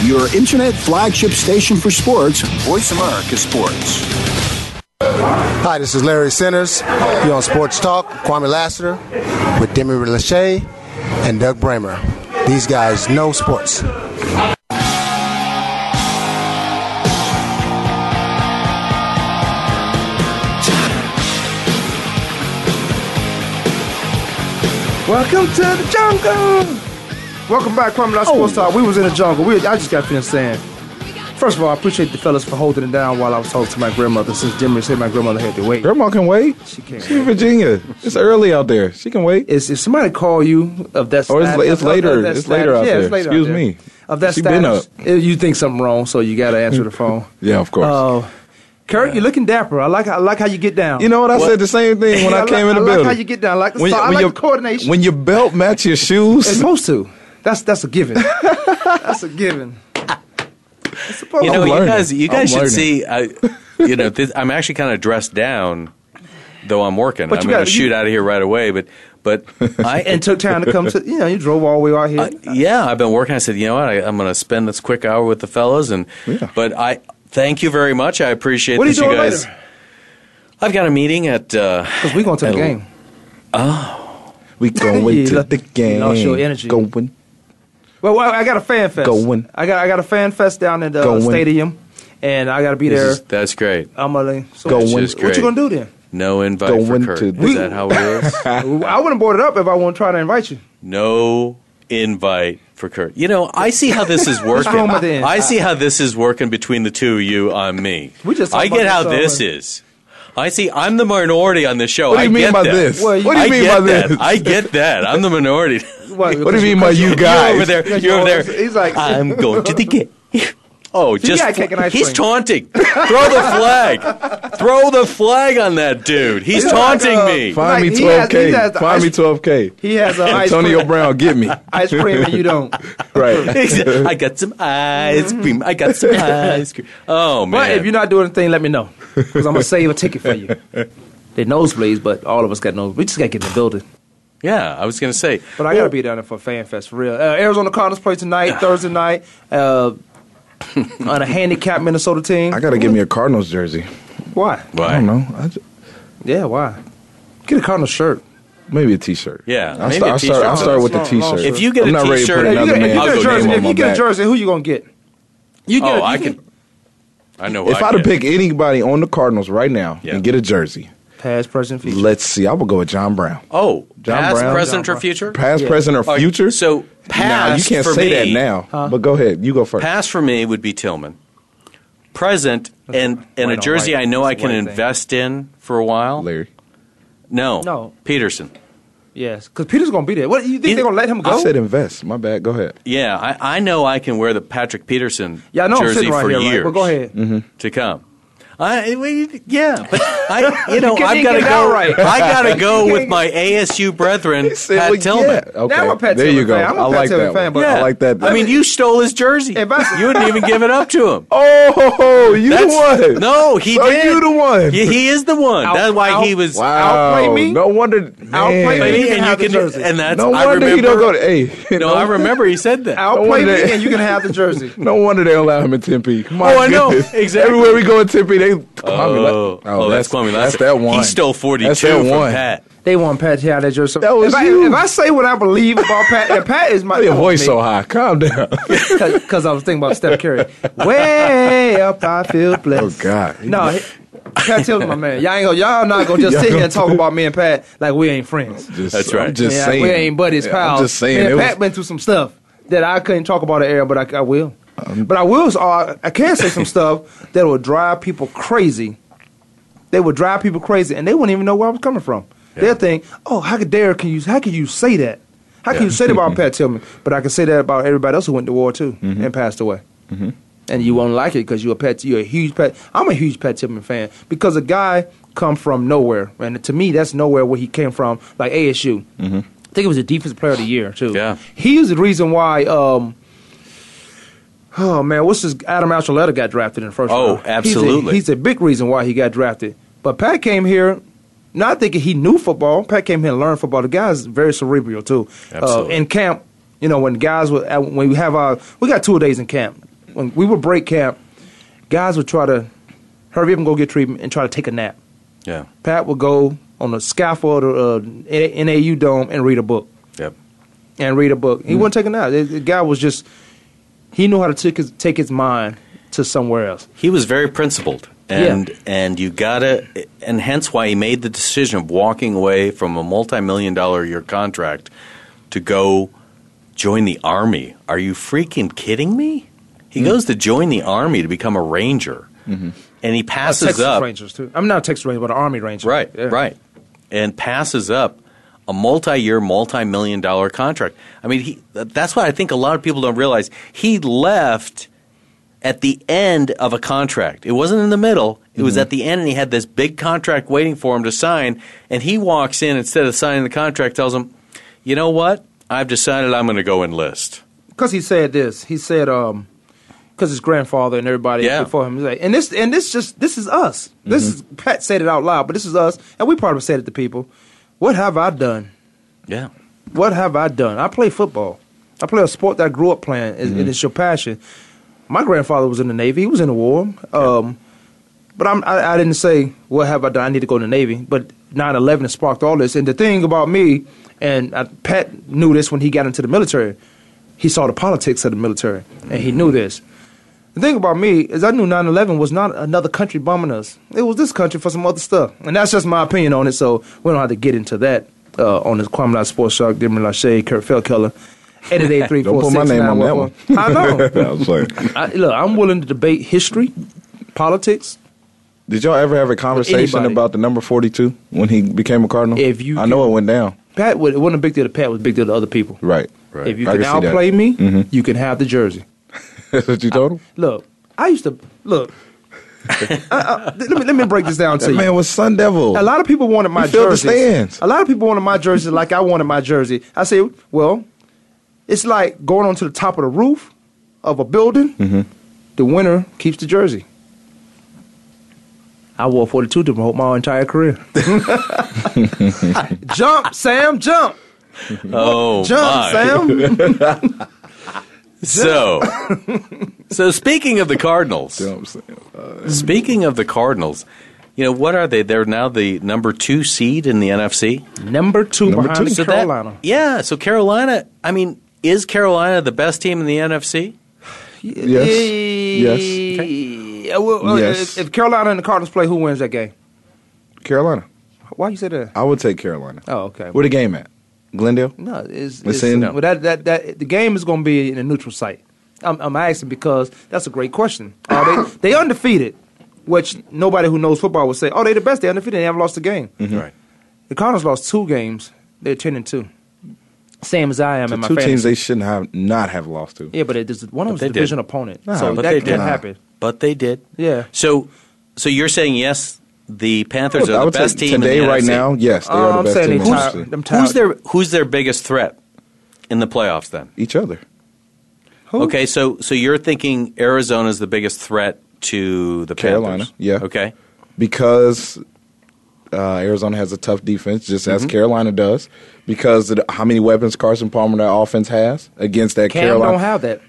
[SPEAKER 5] Your internet flagship station for sports,
[SPEAKER 6] Voice America Sports.
[SPEAKER 8] Hi, this is Larry Centers. You're on Sports Talk, Kwame Lassiter, with Demi Lachey and Doug Bramer. These guys know sports.
[SPEAKER 2] Welcome to the jungle. Welcome back, Kwame.
[SPEAKER 3] Oh.
[SPEAKER 2] Not supposed to. We was in the jungle. We, I just got finished saying. First of all, I appreciate the fellas for holding it down while I was talking to my grandmother. Since Jimmy said my grandmother had to wait.
[SPEAKER 3] Grandma can wait.
[SPEAKER 2] She can't
[SPEAKER 3] She's in Virginia. It's early out there. She can wait.
[SPEAKER 2] Is if somebody call you of that
[SPEAKER 3] Or it's
[SPEAKER 2] status-
[SPEAKER 3] la- it's
[SPEAKER 2] of
[SPEAKER 3] later.
[SPEAKER 2] that
[SPEAKER 3] It's later out
[SPEAKER 2] yeah,
[SPEAKER 3] there.
[SPEAKER 2] It's later
[SPEAKER 3] Excuse
[SPEAKER 2] out there.
[SPEAKER 3] me.
[SPEAKER 2] Of that
[SPEAKER 3] She been
[SPEAKER 2] status, eh, you think something wrong, so you got to answer the phone.
[SPEAKER 3] Yeah, of course.
[SPEAKER 2] Uh, Kurt, you're looking dapper. I like I like how you get down.
[SPEAKER 3] you know what? I said the same thing when I,
[SPEAKER 2] I
[SPEAKER 3] came
[SPEAKER 2] like-
[SPEAKER 3] in the
[SPEAKER 2] I like
[SPEAKER 3] building.
[SPEAKER 2] how you get down. I like the style. I like
[SPEAKER 3] your-
[SPEAKER 2] the coordination.
[SPEAKER 3] When your belt match your
[SPEAKER 2] it's
[SPEAKER 3] shoes.
[SPEAKER 2] supposed to. That's that's a given. that's a given. It's supposed
[SPEAKER 4] You know,
[SPEAKER 2] to.
[SPEAKER 4] you
[SPEAKER 3] learning.
[SPEAKER 4] guys, you
[SPEAKER 3] I'm
[SPEAKER 4] guys should
[SPEAKER 3] learning.
[SPEAKER 4] see. I, you know, this, I'm actually kind of dressed down, though I'm working.
[SPEAKER 2] But
[SPEAKER 4] I'm
[SPEAKER 2] you
[SPEAKER 4] going
[SPEAKER 2] gotta-
[SPEAKER 4] to
[SPEAKER 2] you-
[SPEAKER 4] shoot out of here right away. But but I
[SPEAKER 2] and took time to come to. You know, you drove all the way out here.
[SPEAKER 4] I- yeah, I've been working. I said, you know what, I, I'm going to spend this quick hour with the fellas, and but I thank you very much. I appreciate
[SPEAKER 2] what are you
[SPEAKER 4] that
[SPEAKER 2] doing
[SPEAKER 4] guys.
[SPEAKER 2] later?
[SPEAKER 4] I've got a meeting at. Uh,
[SPEAKER 2] Because we're going to the
[SPEAKER 4] at-
[SPEAKER 2] game.
[SPEAKER 3] We
[SPEAKER 2] You
[SPEAKER 3] going to
[SPEAKER 2] lost-
[SPEAKER 3] the game.
[SPEAKER 2] you lost your energy.
[SPEAKER 3] Going.
[SPEAKER 2] Well, well, I got a fan fest.
[SPEAKER 3] Going.
[SPEAKER 2] I got I got a fan fest down at the uh,
[SPEAKER 3] Going.
[SPEAKER 2] stadium, and I got to be there.
[SPEAKER 4] this is- that's great.
[SPEAKER 2] I'm gonna. So
[SPEAKER 3] Going.
[SPEAKER 2] what,
[SPEAKER 3] Which
[SPEAKER 4] is
[SPEAKER 2] what you
[SPEAKER 4] great.
[SPEAKER 2] gonna do then?
[SPEAKER 4] No invite
[SPEAKER 3] Going
[SPEAKER 4] for Kurt.
[SPEAKER 3] to
[SPEAKER 4] Is
[SPEAKER 3] the-
[SPEAKER 4] that how it is?
[SPEAKER 2] I wouldn't board it up if I won't try to invite you.
[SPEAKER 4] no invite for Kurt. You know, I see how this is working.
[SPEAKER 2] wrong with the-
[SPEAKER 4] I see how this is working between the two of you on me.
[SPEAKER 2] We just
[SPEAKER 4] I
[SPEAKER 2] talked
[SPEAKER 4] get how
[SPEAKER 2] about this,
[SPEAKER 4] this
[SPEAKER 2] uh,
[SPEAKER 4] is. I see. I'm the minority on this show.
[SPEAKER 3] What do you
[SPEAKER 4] I
[SPEAKER 3] mean
[SPEAKER 4] get
[SPEAKER 3] by
[SPEAKER 4] that.
[SPEAKER 3] this?
[SPEAKER 2] Well, you-
[SPEAKER 3] what do you
[SPEAKER 4] I
[SPEAKER 3] mean
[SPEAKER 4] get
[SPEAKER 3] by
[SPEAKER 4] that.
[SPEAKER 3] this?
[SPEAKER 4] I get that. I'm the minority.
[SPEAKER 2] What,
[SPEAKER 3] What do you mean by you
[SPEAKER 4] You're
[SPEAKER 3] guys?
[SPEAKER 4] over there.
[SPEAKER 2] Because
[SPEAKER 4] You're over
[SPEAKER 2] you're
[SPEAKER 4] there.
[SPEAKER 2] always- he's like-
[SPEAKER 4] I'm going to the game. Oh,
[SPEAKER 2] See,
[SPEAKER 4] just
[SPEAKER 2] yeah, cake and ice
[SPEAKER 4] he's
[SPEAKER 2] cream.
[SPEAKER 4] taunting. Throw the flag. Throw the flag on that dude. He's
[SPEAKER 2] He's like,
[SPEAKER 4] taunting
[SPEAKER 2] uh,
[SPEAKER 4] me.
[SPEAKER 3] Find
[SPEAKER 2] Like,
[SPEAKER 3] me
[SPEAKER 2] he has-
[SPEAKER 3] 12K.
[SPEAKER 2] he has the
[SPEAKER 3] Find
[SPEAKER 2] ice-
[SPEAKER 3] me 12K.
[SPEAKER 2] He has a ice
[SPEAKER 3] Antonio
[SPEAKER 2] cream-
[SPEAKER 3] Brown, get me.
[SPEAKER 2] Ice cream and you don't.
[SPEAKER 3] Right.
[SPEAKER 4] I got some ice cream. I got some ice cream. Oh man!
[SPEAKER 2] But if you're not doing anything, let me know because I'm gonna save a ticket for you. They nosebleeds, but all of us got nose. We just gotta get in the building.
[SPEAKER 4] yeah, I was gonna say.
[SPEAKER 2] But I gotta be down there for Fan Fest for real. Uh, Arizona Cardinals play tonight, Thursday night. Uh, on a handicapped Minnesota team.
[SPEAKER 3] I gotta get me a Cardinals jersey.
[SPEAKER 2] why?
[SPEAKER 3] I
[SPEAKER 4] Why?
[SPEAKER 3] don't know. I ju-
[SPEAKER 2] Yeah, why? Get a Cardinals shirt.
[SPEAKER 3] maybe a T-shirt.
[SPEAKER 4] Yeah,
[SPEAKER 3] I
[SPEAKER 4] maybe
[SPEAKER 3] start.
[SPEAKER 4] a
[SPEAKER 3] I
[SPEAKER 4] t-shirt.
[SPEAKER 3] start, I start with the
[SPEAKER 2] Long, long
[SPEAKER 3] T-shirt.
[SPEAKER 4] If you get
[SPEAKER 3] I'm
[SPEAKER 4] a
[SPEAKER 3] not ready to
[SPEAKER 4] t-shirt-
[SPEAKER 3] put
[SPEAKER 4] If you
[SPEAKER 2] If you
[SPEAKER 3] another
[SPEAKER 2] get, if you
[SPEAKER 4] I'll
[SPEAKER 2] get
[SPEAKER 4] go
[SPEAKER 2] a
[SPEAKER 3] man's
[SPEAKER 4] name
[SPEAKER 2] jersey,
[SPEAKER 3] name
[SPEAKER 2] if
[SPEAKER 3] on
[SPEAKER 2] you
[SPEAKER 3] my
[SPEAKER 2] get a
[SPEAKER 3] back.
[SPEAKER 2] jersey, who you gonna get? You get.
[SPEAKER 4] Oh,
[SPEAKER 2] a, you
[SPEAKER 4] I
[SPEAKER 2] get-
[SPEAKER 4] can. I know.
[SPEAKER 3] If
[SPEAKER 4] I
[SPEAKER 3] I'd
[SPEAKER 4] can.
[SPEAKER 3] have picked anybody on the Cardinals right now
[SPEAKER 4] Yeah.
[SPEAKER 3] and get a jersey,
[SPEAKER 2] Past, present, future.
[SPEAKER 3] let's see. I would go with John Brown.
[SPEAKER 4] oh,
[SPEAKER 3] John
[SPEAKER 4] past,
[SPEAKER 3] Brown,
[SPEAKER 4] present,
[SPEAKER 2] John
[SPEAKER 4] or future?
[SPEAKER 3] Past,
[SPEAKER 2] Yeah.
[SPEAKER 3] present, or
[SPEAKER 4] All right,
[SPEAKER 3] future?
[SPEAKER 4] so
[SPEAKER 3] Nah, you
[SPEAKER 4] past
[SPEAKER 3] can't
[SPEAKER 4] for
[SPEAKER 3] say that
[SPEAKER 4] me-
[SPEAKER 3] now. But go ahead. You go first.
[SPEAKER 4] Pass for me would be Tillman. Present and and
[SPEAKER 2] White
[SPEAKER 4] a
[SPEAKER 2] on
[SPEAKER 4] jersey
[SPEAKER 2] white.
[SPEAKER 4] I know
[SPEAKER 2] It's
[SPEAKER 4] I
[SPEAKER 2] a
[SPEAKER 4] can
[SPEAKER 2] white thing.
[SPEAKER 4] invest in for a while.
[SPEAKER 3] Larry.
[SPEAKER 4] No,
[SPEAKER 2] No.
[SPEAKER 4] Peterson.
[SPEAKER 2] Yes, because Peter's gonna be there. What you think
[SPEAKER 4] He-
[SPEAKER 2] they're gonna let him go?
[SPEAKER 3] I said invest. My bad. Go ahead.
[SPEAKER 4] Yeah, I, I know I can wear the Patrick Peterson
[SPEAKER 2] yeah, I know I'm
[SPEAKER 4] jersey
[SPEAKER 2] sitting right
[SPEAKER 4] for
[SPEAKER 2] here,
[SPEAKER 4] years
[SPEAKER 2] right? But go ahead.
[SPEAKER 4] to come. I we- yeah, but I you know
[SPEAKER 2] couldn't
[SPEAKER 4] I've got
[SPEAKER 2] even
[SPEAKER 4] to
[SPEAKER 2] get it
[SPEAKER 4] go
[SPEAKER 2] out right.
[SPEAKER 4] I got to go
[SPEAKER 2] You
[SPEAKER 4] with
[SPEAKER 2] can't-
[SPEAKER 4] my ASU brethren
[SPEAKER 3] Say,
[SPEAKER 4] Pat
[SPEAKER 3] well,
[SPEAKER 4] Tillman.
[SPEAKER 3] yeah. Okay.
[SPEAKER 2] Now I'm a Pat
[SPEAKER 3] there you
[SPEAKER 2] Tillman
[SPEAKER 3] go.
[SPEAKER 2] fan. I'm a
[SPEAKER 3] I
[SPEAKER 2] Pat
[SPEAKER 3] like
[SPEAKER 2] Tillman
[SPEAKER 3] that.
[SPEAKER 2] fan,
[SPEAKER 3] one.
[SPEAKER 2] but-
[SPEAKER 3] I like that.
[SPEAKER 4] I mean, you stole his jersey.
[SPEAKER 2] If I-
[SPEAKER 4] you wouldn't even give it up to him.
[SPEAKER 3] Oh, you
[SPEAKER 4] That's-
[SPEAKER 3] the one.
[SPEAKER 4] No, he
[SPEAKER 3] So
[SPEAKER 4] did.
[SPEAKER 3] you the one.
[SPEAKER 4] He, he is the one.
[SPEAKER 2] Out-
[SPEAKER 4] That's why he
[SPEAKER 2] out-
[SPEAKER 4] was.
[SPEAKER 3] Wow.
[SPEAKER 2] Outplay me?
[SPEAKER 3] No wonder.
[SPEAKER 2] Outplay
[SPEAKER 3] man.
[SPEAKER 4] And,
[SPEAKER 2] me?
[SPEAKER 4] you
[SPEAKER 2] can have the
[SPEAKER 4] can,
[SPEAKER 2] jersey.
[SPEAKER 4] and that's
[SPEAKER 3] No
[SPEAKER 4] I
[SPEAKER 3] wonder
[SPEAKER 4] remember,
[SPEAKER 3] he don't go to. Hey,
[SPEAKER 4] No, I remember he said that.
[SPEAKER 2] I'll
[SPEAKER 3] No
[SPEAKER 2] play
[SPEAKER 3] wonder-
[SPEAKER 2] me, and you can have the jersey.
[SPEAKER 3] No wonder they allow him in Tempe. My
[SPEAKER 4] Oh, I know.
[SPEAKER 3] goodness.
[SPEAKER 4] Exactly.
[SPEAKER 3] Everywhere we go in Tempe, they. Oh,
[SPEAKER 4] Oh, oh, that's Kwame
[SPEAKER 3] That's
[SPEAKER 4] Lassiter.
[SPEAKER 3] that one.
[SPEAKER 4] He stole
[SPEAKER 3] That's
[SPEAKER 4] 42
[SPEAKER 3] that
[SPEAKER 4] from
[SPEAKER 3] one.
[SPEAKER 4] Pat.
[SPEAKER 2] They want Pat to have that jersey.
[SPEAKER 3] That was
[SPEAKER 2] if, I,
[SPEAKER 3] you.
[SPEAKER 2] if I say what I believe about Pat, and Pat is my
[SPEAKER 3] Why your voice so high? Calm down.
[SPEAKER 2] because I was thinking about Steph Curry. Way up, I feel blessed.
[SPEAKER 3] Oh, God.
[SPEAKER 2] No, he- Pat Tillman, my man. Y'all ain't gonna, y'all not gonna just
[SPEAKER 3] Y'all
[SPEAKER 2] sit here and
[SPEAKER 3] gonna-
[SPEAKER 2] talk about me and Pat like we ain't friends.
[SPEAKER 3] Just-
[SPEAKER 4] That's
[SPEAKER 3] I'm
[SPEAKER 4] right.
[SPEAKER 3] just
[SPEAKER 2] yeah,
[SPEAKER 3] saying.
[SPEAKER 2] we ain't buddies,
[SPEAKER 3] Yeah,
[SPEAKER 2] pals.
[SPEAKER 3] I'm just saying.
[SPEAKER 2] Man,
[SPEAKER 3] it
[SPEAKER 2] Pat
[SPEAKER 3] was,
[SPEAKER 2] been through some stuff that I couldn't talk about on air, but I, I will.
[SPEAKER 3] Um,
[SPEAKER 2] but I will. Uh, I can say some stuff that will drive people crazy. They would drive people crazy, and they wouldn't even know where I was coming from. They'll think, "Oh, how could dare can you? How can you say that? How can you say that about Pat Tillman?" But I can say that about everybody else who went to war too
[SPEAKER 3] Mm-hmm.
[SPEAKER 2] and passed away. And you won't like it because you're a Pat. You're a huge Pat. I'm a huge Pat Tillman fan because a guy come from nowhere, and to me, that's nowhere where he came from. Like ASU, I think it was a defensive player of the year too.
[SPEAKER 4] Mm-hmm. Yeah.
[SPEAKER 2] he was the reason why. Um, oh man, what's this? Adam Archuleta got drafted in the first.
[SPEAKER 4] Oh,
[SPEAKER 2] round. He's a-
[SPEAKER 4] absolutely.
[SPEAKER 2] He's a, big reason why he got drafted. But Pat came here. Not thinking he knew football. Pat came here and learned football. The guy's very cerebral too. Uh,
[SPEAKER 4] Absolutely.
[SPEAKER 2] in camp, you know, when guys were, uh, when we have our we got two days in camp. when we would break camp, guys would try to hurry up and go get treatment and try to take a nap.
[SPEAKER 4] Yeah.
[SPEAKER 2] Pat would go on the scaffold or uh, N- NAU dome and read a book.
[SPEAKER 4] Yep.
[SPEAKER 2] And read a book.
[SPEAKER 4] Mm.
[SPEAKER 2] He wasn't taking out. The, the guy was just he knew how to take his, take his mind to somewhere else.
[SPEAKER 4] He was very principled, and and you gotta, and hence why he made the decision of walking away from a multi-million dollar a year contract to go join the army. Are you freaking kidding me?
[SPEAKER 3] Hmm.
[SPEAKER 4] He goes to join the army to become a ranger,
[SPEAKER 3] Mm-hmm.
[SPEAKER 4] and he passes
[SPEAKER 2] Texas
[SPEAKER 4] up
[SPEAKER 2] Rangers too. I'm not a Texas Ranger, but an Army Ranger.
[SPEAKER 4] Right,
[SPEAKER 2] Yeah.
[SPEAKER 4] right. And passes up a multi-year, multi-million dollar contract. I mean, he, th- that's what I think a lot of people don't realize. He left at the end of a contract. It wasn't in the middle. It was at the end, and he had this big contract waiting for him to sign. And he walks in instead of signing the contract, tells him, "You know what? I've decided I'm going to go enlist."
[SPEAKER 2] because he said this. He said, um, because his grandfather and everybody
[SPEAKER 4] Yeah.
[SPEAKER 2] before him, he's like, and this and this just this is us. This is Pat said it out loud, but this is us, and we probably said it to people. What have I done?
[SPEAKER 4] Yeah.
[SPEAKER 2] What have I done? I play football. I play a sport that I grew up playing, and, and it's your passion. My grandfather was in the Navy. He was in the war. Um, but I'm, I, I didn't say, what have I done? I need to go to the Navy. But 9 11 has sparked all this. And the thing about me, and I, Pat knew this when he got into the military, he saw the politics of the military, and he knew this. The thing about me is, I knew 9 11 was not another country bombing us. It was this country for some other stuff. And that's just my opinion on it, so we don't have to get into that uh, on this Kwame Lau Sports Shock, Demi Lachey, Kurt Feldkeller. 888
[SPEAKER 3] Don't put my name on that one.
[SPEAKER 2] I know.
[SPEAKER 3] I was like,
[SPEAKER 2] I, look, I'm willing to debate history, politics.
[SPEAKER 3] did y'all ever have a conversation
[SPEAKER 2] anybody.
[SPEAKER 3] about the number forty-two when he became a cardinal?
[SPEAKER 2] If you
[SPEAKER 3] I know
[SPEAKER 2] could-
[SPEAKER 3] it went down.
[SPEAKER 2] Pat would, it wasn't a big deal to Pat, it was a big deal to other people.
[SPEAKER 3] Right.
[SPEAKER 2] If you
[SPEAKER 3] I see
[SPEAKER 2] can
[SPEAKER 3] that. Mm-hmm.
[SPEAKER 2] outplay me, you can have the jersey.
[SPEAKER 3] That's what you told him.
[SPEAKER 2] Look, I used to look. I, I, let me let me break this down to
[SPEAKER 3] That
[SPEAKER 2] you.
[SPEAKER 3] man was Sun Devil.
[SPEAKER 2] A lot of people wanted my
[SPEAKER 3] You filled the
[SPEAKER 2] jerseys.
[SPEAKER 3] stands.
[SPEAKER 2] A lot of people wanted my jersey like I wanted my jersey. I say, well, it's like going onto the top of the roof of a building.
[SPEAKER 3] Mm-hmm.
[SPEAKER 2] The winner keeps the jersey. I wore 42 to my- my entire career. jump, Sam, jump.
[SPEAKER 4] Oh,
[SPEAKER 2] Jump,
[SPEAKER 4] my.
[SPEAKER 2] Sam.
[SPEAKER 4] So, so speaking of the Cardinals,
[SPEAKER 3] You know what I'm saying?
[SPEAKER 4] Speaking of the Cardinals, you know what are they? They're now the number two seed in the NFC.
[SPEAKER 2] Number two
[SPEAKER 3] Number
[SPEAKER 2] behind
[SPEAKER 3] two.
[SPEAKER 4] So that-
[SPEAKER 2] Carolina.
[SPEAKER 4] yeah. So Carolina. I mean, is Carolina the best team in the NFC?
[SPEAKER 3] Yes. Yes.
[SPEAKER 2] Yeah, Uh, well, well,
[SPEAKER 3] Yes.
[SPEAKER 2] If, if Carolina and the Cardinals play, who wins that game?
[SPEAKER 3] Carolina.
[SPEAKER 2] Why you say that?
[SPEAKER 3] I would take Carolina.
[SPEAKER 2] Oh, okay.
[SPEAKER 3] Where the game at? Glendale.
[SPEAKER 2] No, it's,
[SPEAKER 3] We're
[SPEAKER 2] it's
[SPEAKER 3] saying-
[SPEAKER 2] well, that, that, that the game is going to be in a neutral site. I'm, I'm asking because that's a great question. Are they they undefeated, which nobody who knows football would say. Oh, they the best. They undefeated. They haven't lost a game.
[SPEAKER 3] Mm-hmm.
[SPEAKER 4] Right.
[SPEAKER 2] The Cardinals lost two games. They're ten and two. Same as I am
[SPEAKER 3] The
[SPEAKER 2] in my
[SPEAKER 3] two
[SPEAKER 2] fantasy.
[SPEAKER 3] teams they shouldn't have not have lost to.
[SPEAKER 2] yeah, but it, is- one
[SPEAKER 4] they
[SPEAKER 2] of them's a
[SPEAKER 4] did.
[SPEAKER 2] division opponent,
[SPEAKER 3] Nah,
[SPEAKER 2] so
[SPEAKER 4] but
[SPEAKER 2] that
[SPEAKER 4] they
[SPEAKER 2] can
[SPEAKER 4] did.
[SPEAKER 2] happen.
[SPEAKER 4] But they did.
[SPEAKER 2] Yeah.
[SPEAKER 4] So, so you're saying yes, the Panthers
[SPEAKER 3] I
[SPEAKER 4] are the
[SPEAKER 3] would
[SPEAKER 4] best
[SPEAKER 3] take
[SPEAKER 4] team
[SPEAKER 3] today
[SPEAKER 4] in the
[SPEAKER 3] right
[SPEAKER 4] NFC.
[SPEAKER 3] now. Yes, they
[SPEAKER 2] Oh,
[SPEAKER 3] are the
[SPEAKER 2] I'm
[SPEAKER 3] best
[SPEAKER 2] saying
[SPEAKER 3] team.
[SPEAKER 2] they
[SPEAKER 3] in the
[SPEAKER 2] tied.
[SPEAKER 3] NFC.
[SPEAKER 2] Them tied.
[SPEAKER 4] Who's their Who's their biggest threat in the playoffs? Then
[SPEAKER 3] Each other.
[SPEAKER 2] Who?
[SPEAKER 4] okay. So, so you're thinking Arizona's the biggest threat to the
[SPEAKER 3] Carolina,
[SPEAKER 4] Panthers?
[SPEAKER 3] yeah.
[SPEAKER 4] Okay.
[SPEAKER 3] because uh, Arizona has a tough defense, just as
[SPEAKER 2] Mm-hmm.
[SPEAKER 3] Carolina does. Because of the- how many weapons Carson Palmer that offense has against that
[SPEAKER 2] Cam
[SPEAKER 3] Carolina,
[SPEAKER 2] don't have that.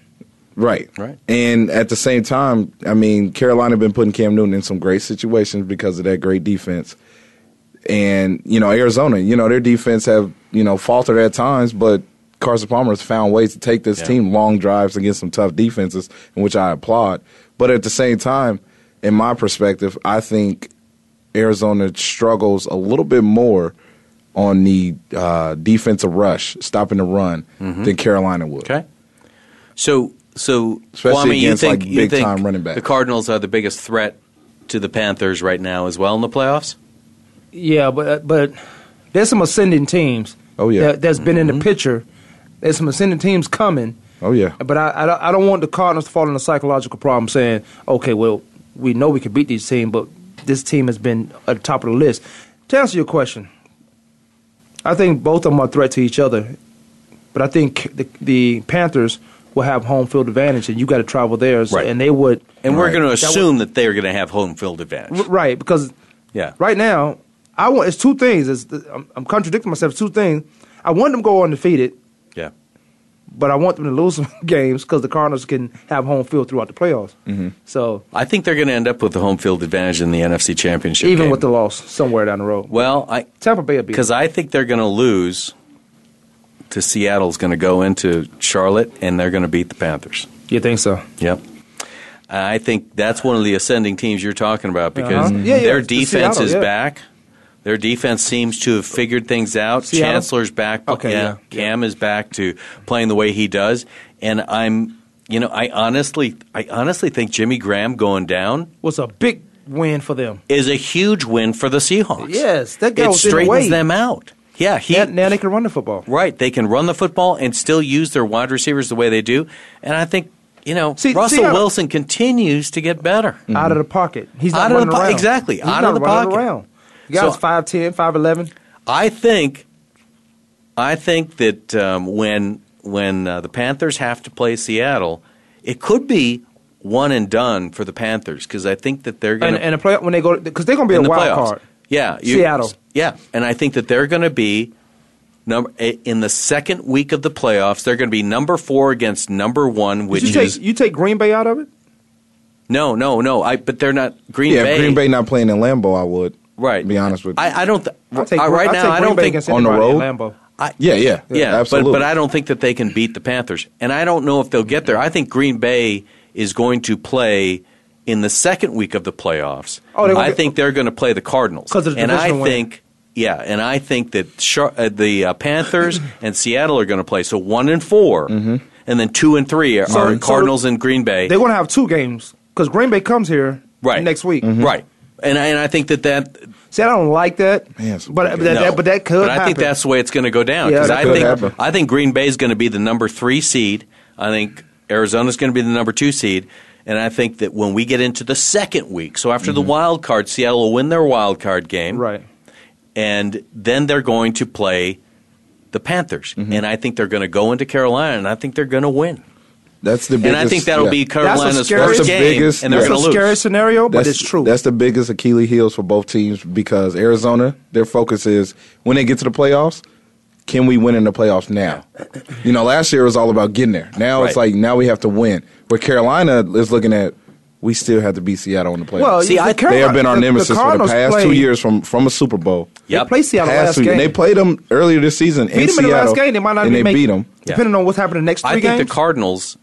[SPEAKER 3] right?
[SPEAKER 4] Right.
[SPEAKER 3] And at the same time, I mean, Carolina been putting Cam Newton in some great situations because of that great defense. And you know, Arizona, you know, their defense have you know faltered at times, but Carson Palmer has found ways to take this
[SPEAKER 4] Yeah.
[SPEAKER 3] team long drives against some tough defenses, in which I applaud. But at the same time, in my perspective, I think Arizona struggles a little bit more on the uh, defensive rush, stopping the run, than Carolina would.
[SPEAKER 4] Mm-hmm. Okay. So, so
[SPEAKER 3] Especially
[SPEAKER 4] Kwame, you
[SPEAKER 3] against,
[SPEAKER 4] think
[SPEAKER 3] like,
[SPEAKER 4] you
[SPEAKER 3] big
[SPEAKER 4] think
[SPEAKER 3] time running backs.
[SPEAKER 4] the Cardinals are the biggest threat to the Panthers right now as well in the playoffs?
[SPEAKER 2] Yeah, but uh, but there's some ascending teams.
[SPEAKER 3] Oh, yeah.
[SPEAKER 2] that, has been in the picture. There's some ascending teams coming,
[SPEAKER 3] Oh yeah.
[SPEAKER 2] but I I don't, I don't want the Cardinals to fall in a psychological problem saying, okay, well we know we can beat these team, but this team has been at the top of the list. To answer your question, I think both of them are a threat to each other, but I think the, the Panthers will have home field advantage, and you got to travel theirs,
[SPEAKER 4] Right.
[SPEAKER 2] and they would.
[SPEAKER 4] And we're
[SPEAKER 3] Right.
[SPEAKER 4] going to
[SPEAKER 2] That
[SPEAKER 4] assume that they're going to have home field advantage.
[SPEAKER 2] R- right because
[SPEAKER 4] Yeah.
[SPEAKER 2] right now i want it's two things it's, I'm, I'm contradicting myself it's two things i want them to go undefeated
[SPEAKER 4] Yeah.
[SPEAKER 2] but I want them to lose some games because the Cardinals can have home field throughout the playoffs.
[SPEAKER 4] Mm-hmm.
[SPEAKER 2] So
[SPEAKER 4] I think they're going to end up with the home field advantage in the NFC Championship.
[SPEAKER 2] even
[SPEAKER 4] game.
[SPEAKER 2] with the loss somewhere down the road,
[SPEAKER 4] well, I
[SPEAKER 2] Tampa Bay will be
[SPEAKER 4] because I think they're going to lose. To Seattle's going to go into Charlotte and they're going to beat the Panthers.
[SPEAKER 2] You think so?
[SPEAKER 4] Yep. I think that's one of the ascending teams you're talking about because
[SPEAKER 2] Uh-huh. Yeah, yeah,
[SPEAKER 4] their
[SPEAKER 2] it's the
[SPEAKER 4] defense
[SPEAKER 2] Seattle,
[SPEAKER 4] is
[SPEAKER 2] yeah.
[SPEAKER 4] back. Their defense seems to have figured things out.
[SPEAKER 2] Seattle?
[SPEAKER 4] Chancellor's back.
[SPEAKER 2] Okay, yeah,
[SPEAKER 4] Cam is back to playing the way he does. And I'm, you know, I honestly, I honestly think Jimmy Graham going down
[SPEAKER 2] was a big win for them.
[SPEAKER 4] is a huge win for the Seahawks.
[SPEAKER 2] Yes, that guy
[SPEAKER 4] it
[SPEAKER 2] was in the
[SPEAKER 4] straightens
[SPEAKER 2] way.
[SPEAKER 4] them Mm-hmm. out. Yeah, he
[SPEAKER 2] Now, now they can run the football.
[SPEAKER 4] right. They can run the football and still use their wide receivers the way they do. And I think you know
[SPEAKER 2] See-
[SPEAKER 4] Russell
[SPEAKER 2] Seattle-
[SPEAKER 4] Wilson continues to get better.
[SPEAKER 2] Out of the pocket, he's
[SPEAKER 4] Out of
[SPEAKER 2] not
[SPEAKER 4] the
[SPEAKER 2] running
[SPEAKER 4] po-
[SPEAKER 2] around.
[SPEAKER 4] exactly,
[SPEAKER 2] He's
[SPEAKER 4] out
[SPEAKER 2] not
[SPEAKER 4] of the
[SPEAKER 2] running
[SPEAKER 4] pocket.
[SPEAKER 2] Around. The guy's
[SPEAKER 4] So-
[SPEAKER 2] five ten, five eleven.
[SPEAKER 4] I think, I think that um, when when uh, the Panthers have to play Seattle, it could be one and done for the Panthers because I think that they're going
[SPEAKER 2] and, and the play when they go because they're going to be
[SPEAKER 4] in
[SPEAKER 2] a
[SPEAKER 4] the
[SPEAKER 2] wild
[SPEAKER 4] playoffs.
[SPEAKER 2] card.
[SPEAKER 4] Yeah,
[SPEAKER 2] Seattle.
[SPEAKER 4] Yeah, and I think that they're going to be number i- in the second week of the playoffs. They're going to be number four against number one,
[SPEAKER 2] Did
[SPEAKER 4] which
[SPEAKER 2] you take
[SPEAKER 4] is
[SPEAKER 2] you take Green Bay out of it?
[SPEAKER 4] no, no, no. I but they're not Green
[SPEAKER 3] yeah,
[SPEAKER 4] Bay.
[SPEAKER 3] if Green Bay not playing in Lambeau, I would.
[SPEAKER 4] Right.
[SPEAKER 3] Be honest with you.
[SPEAKER 4] I, I don't. Th-
[SPEAKER 2] I'll take
[SPEAKER 4] I-
[SPEAKER 2] Green-
[SPEAKER 4] right
[SPEAKER 2] I'll
[SPEAKER 4] now,
[SPEAKER 2] take
[SPEAKER 4] I
[SPEAKER 2] Green
[SPEAKER 4] don't
[SPEAKER 2] Bay
[SPEAKER 4] think
[SPEAKER 2] against
[SPEAKER 3] on the
[SPEAKER 2] anybody in
[SPEAKER 3] road?
[SPEAKER 2] Lambeau.
[SPEAKER 4] I,
[SPEAKER 3] yeah, yeah,
[SPEAKER 4] Yeah,
[SPEAKER 3] absolutely.
[SPEAKER 4] But, but I don't think that they can beat the Panthers. And I don't know if they'll get there. I think Green Bay is going to play in the second week of the playoffs.
[SPEAKER 2] Oh, they won't
[SPEAKER 4] I
[SPEAKER 2] get-
[SPEAKER 4] think they're going to play the Cardinals.
[SPEAKER 2] 'Cause of the
[SPEAKER 4] and I
[SPEAKER 2] divisional win.
[SPEAKER 4] think, yeah, and I think that Char- uh, the uh, Panthers and Seattle are going to play. So one and 4 and then two and three are, are
[SPEAKER 2] Mm-hmm. so-
[SPEAKER 4] Cardinals and Green Bay.
[SPEAKER 2] They're going to have two games because Green Bay comes here
[SPEAKER 4] right
[SPEAKER 2] next week.
[SPEAKER 3] Mm-hmm.
[SPEAKER 4] right? And I, and I think that that
[SPEAKER 2] See, I don't like that,
[SPEAKER 3] Man, it's-
[SPEAKER 2] but, but,
[SPEAKER 4] No.
[SPEAKER 2] that, that- but that could
[SPEAKER 4] But
[SPEAKER 2] happen.
[SPEAKER 4] I think that's the way it's going to go down.
[SPEAKER 2] Yeah,
[SPEAKER 4] 'cause
[SPEAKER 2] that
[SPEAKER 4] I
[SPEAKER 2] could
[SPEAKER 4] think
[SPEAKER 3] happen.
[SPEAKER 4] I think Green Bay is going to be the number three seed. I think Arizona's going to be the number two seed, and I think that when we get into the second week, so after the wild card, Seattle will win their wild card game,
[SPEAKER 2] Mm-hmm. right.
[SPEAKER 4] And then they're going to play the Panthers,
[SPEAKER 2] Mm-hmm.
[SPEAKER 4] and I think they're going to go into Carolina, and I think they're going to win,
[SPEAKER 3] that's the biggest,
[SPEAKER 4] and I think that'll
[SPEAKER 3] yeah.
[SPEAKER 4] be
[SPEAKER 2] That's
[SPEAKER 4] Carolina's
[SPEAKER 2] the
[SPEAKER 4] first
[SPEAKER 2] scariest-
[SPEAKER 4] game,
[SPEAKER 3] biggest-
[SPEAKER 4] and they're
[SPEAKER 3] yeah.
[SPEAKER 4] going
[SPEAKER 2] It's
[SPEAKER 4] to
[SPEAKER 2] a
[SPEAKER 4] lose.
[SPEAKER 2] scary scenario, but it's true.
[SPEAKER 3] That's the biggest Achilles heels for both teams because Arizona, their focus is when they get to the playoffs, can we win in the playoffs now? you know, last year was all about getting there. Now it's
[SPEAKER 4] Right.
[SPEAKER 3] like now we have to win. But Carolina is looking at we still have to beat Seattle in the playoffs.
[SPEAKER 2] well,
[SPEAKER 4] See,
[SPEAKER 2] the
[SPEAKER 4] I-
[SPEAKER 3] they
[SPEAKER 2] Carolina-
[SPEAKER 3] have been our
[SPEAKER 2] the-
[SPEAKER 3] nemesis for the
[SPEAKER 2] Cardinals
[SPEAKER 3] past two
[SPEAKER 2] played-
[SPEAKER 3] years from from a Super Bowl.
[SPEAKER 2] They
[SPEAKER 4] Yep.
[SPEAKER 2] played Seattle
[SPEAKER 3] Past
[SPEAKER 2] last
[SPEAKER 3] two-
[SPEAKER 2] game.
[SPEAKER 3] They played them earlier this season in
[SPEAKER 2] beat them in
[SPEAKER 3] Seattle,
[SPEAKER 2] the last game. They might not
[SPEAKER 3] and
[SPEAKER 2] be
[SPEAKER 3] they
[SPEAKER 2] make,
[SPEAKER 3] beat them.
[SPEAKER 2] depending on what's happening the next three
[SPEAKER 4] I think
[SPEAKER 2] games
[SPEAKER 4] the Cardinals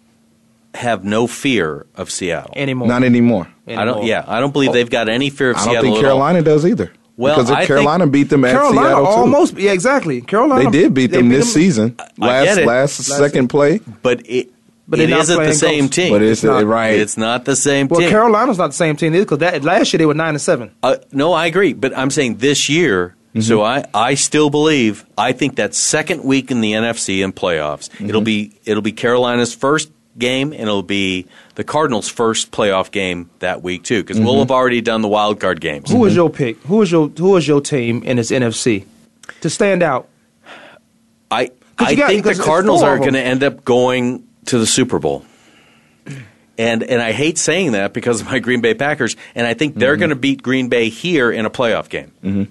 [SPEAKER 4] have no fear of Seattle.
[SPEAKER 2] anymore.
[SPEAKER 3] Not anymore.
[SPEAKER 4] I don't.
[SPEAKER 2] anymore.
[SPEAKER 4] Yeah, I don't
[SPEAKER 2] Oh.
[SPEAKER 4] believe they've got any fear of
[SPEAKER 3] I don't
[SPEAKER 4] Seattle.
[SPEAKER 3] think
[SPEAKER 4] at all.
[SPEAKER 3] Carolina does either.
[SPEAKER 4] Well,
[SPEAKER 3] because if
[SPEAKER 4] I think
[SPEAKER 3] Carolina beat them at
[SPEAKER 2] Carolina
[SPEAKER 3] Seattle too.
[SPEAKER 2] almost. Yeah, exactly. Carolina.
[SPEAKER 3] They did beat
[SPEAKER 2] they
[SPEAKER 3] them this season.
[SPEAKER 4] I
[SPEAKER 3] Last
[SPEAKER 4] get it.
[SPEAKER 3] last second play.
[SPEAKER 4] but it
[SPEAKER 2] But
[SPEAKER 4] but
[SPEAKER 2] they're
[SPEAKER 4] it
[SPEAKER 2] not
[SPEAKER 4] isn't the
[SPEAKER 2] playing
[SPEAKER 4] same
[SPEAKER 2] close.
[SPEAKER 4] team.
[SPEAKER 3] But it's,
[SPEAKER 2] not.
[SPEAKER 3] right.
[SPEAKER 4] It's not the same
[SPEAKER 2] Well,
[SPEAKER 4] team.
[SPEAKER 2] Carolina's not the same team either because that last year they were nine and seven.
[SPEAKER 4] Uh, no, I agree. But I'm saying this year.
[SPEAKER 3] Mm-hmm.
[SPEAKER 4] So I, I still believe I think that second week in the NFC in playoffs
[SPEAKER 3] Mm-hmm.
[SPEAKER 4] it'll be it'll be Carolina's first game and it'll be the Cardinals' first playoff game that week too
[SPEAKER 3] Mm-hmm.
[SPEAKER 4] because we'll have already done the wild card games.
[SPEAKER 2] Who is your pick? Who is your Who is your team in this NFC to stand out?
[SPEAKER 4] I
[SPEAKER 2] 'Cause
[SPEAKER 4] I
[SPEAKER 2] you got-
[SPEAKER 4] think the
[SPEAKER 2] because it's
[SPEAKER 4] Cardinals
[SPEAKER 2] four
[SPEAKER 4] are
[SPEAKER 2] of 'em.
[SPEAKER 4] going to end up going to the Super Bowl. And and I hate saying that because of my Green Bay Packers, and I think
[SPEAKER 2] Mm-hmm.
[SPEAKER 4] they're going to beat Green Bay here in a playoff game.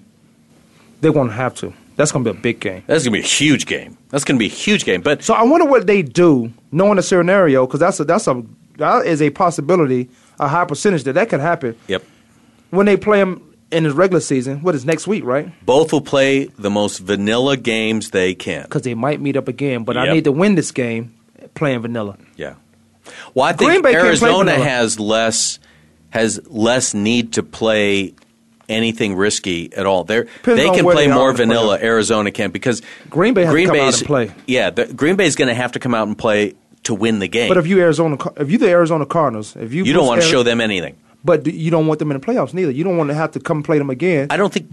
[SPEAKER 2] They're going to have to. That's going to be a big game.
[SPEAKER 4] That's going to be a huge game. That's going to be a huge game. But
[SPEAKER 2] So I wonder what they do, knowing the scenario, because that's a that's a that is a possibility, a high percentage that that could happen
[SPEAKER 4] yep,
[SPEAKER 2] when they play them in the regular season. What is next week, right?
[SPEAKER 4] both will play the most vanilla games they can.
[SPEAKER 2] Because they might meet up again. But I
[SPEAKER 4] Yep.
[SPEAKER 2] need to win this game playing vanilla.
[SPEAKER 4] Yeah. Well, I
[SPEAKER 2] Green
[SPEAKER 4] think
[SPEAKER 2] Bay can't play
[SPEAKER 4] Arizona
[SPEAKER 2] vanilla.
[SPEAKER 4] has less has less need to play anything risky at all. They're, they
[SPEAKER 2] on
[SPEAKER 4] can
[SPEAKER 2] where
[SPEAKER 4] play
[SPEAKER 2] they are
[SPEAKER 4] more
[SPEAKER 2] in the
[SPEAKER 4] vanilla. Arizona can because
[SPEAKER 2] Green Bay has to come out
[SPEAKER 4] Bay's-
[SPEAKER 2] and play.
[SPEAKER 4] Yeah, the, Green Bay's going to have to come out and play to win the game.
[SPEAKER 2] But if you Arizona, Car- if you the Arizona Cardinals, if you
[SPEAKER 4] you don't want to
[SPEAKER 2] Ari-
[SPEAKER 4] show them anything,
[SPEAKER 2] but do- you don't want them in the playoffs neither. You don't want to have to come play them again.
[SPEAKER 4] I don't think.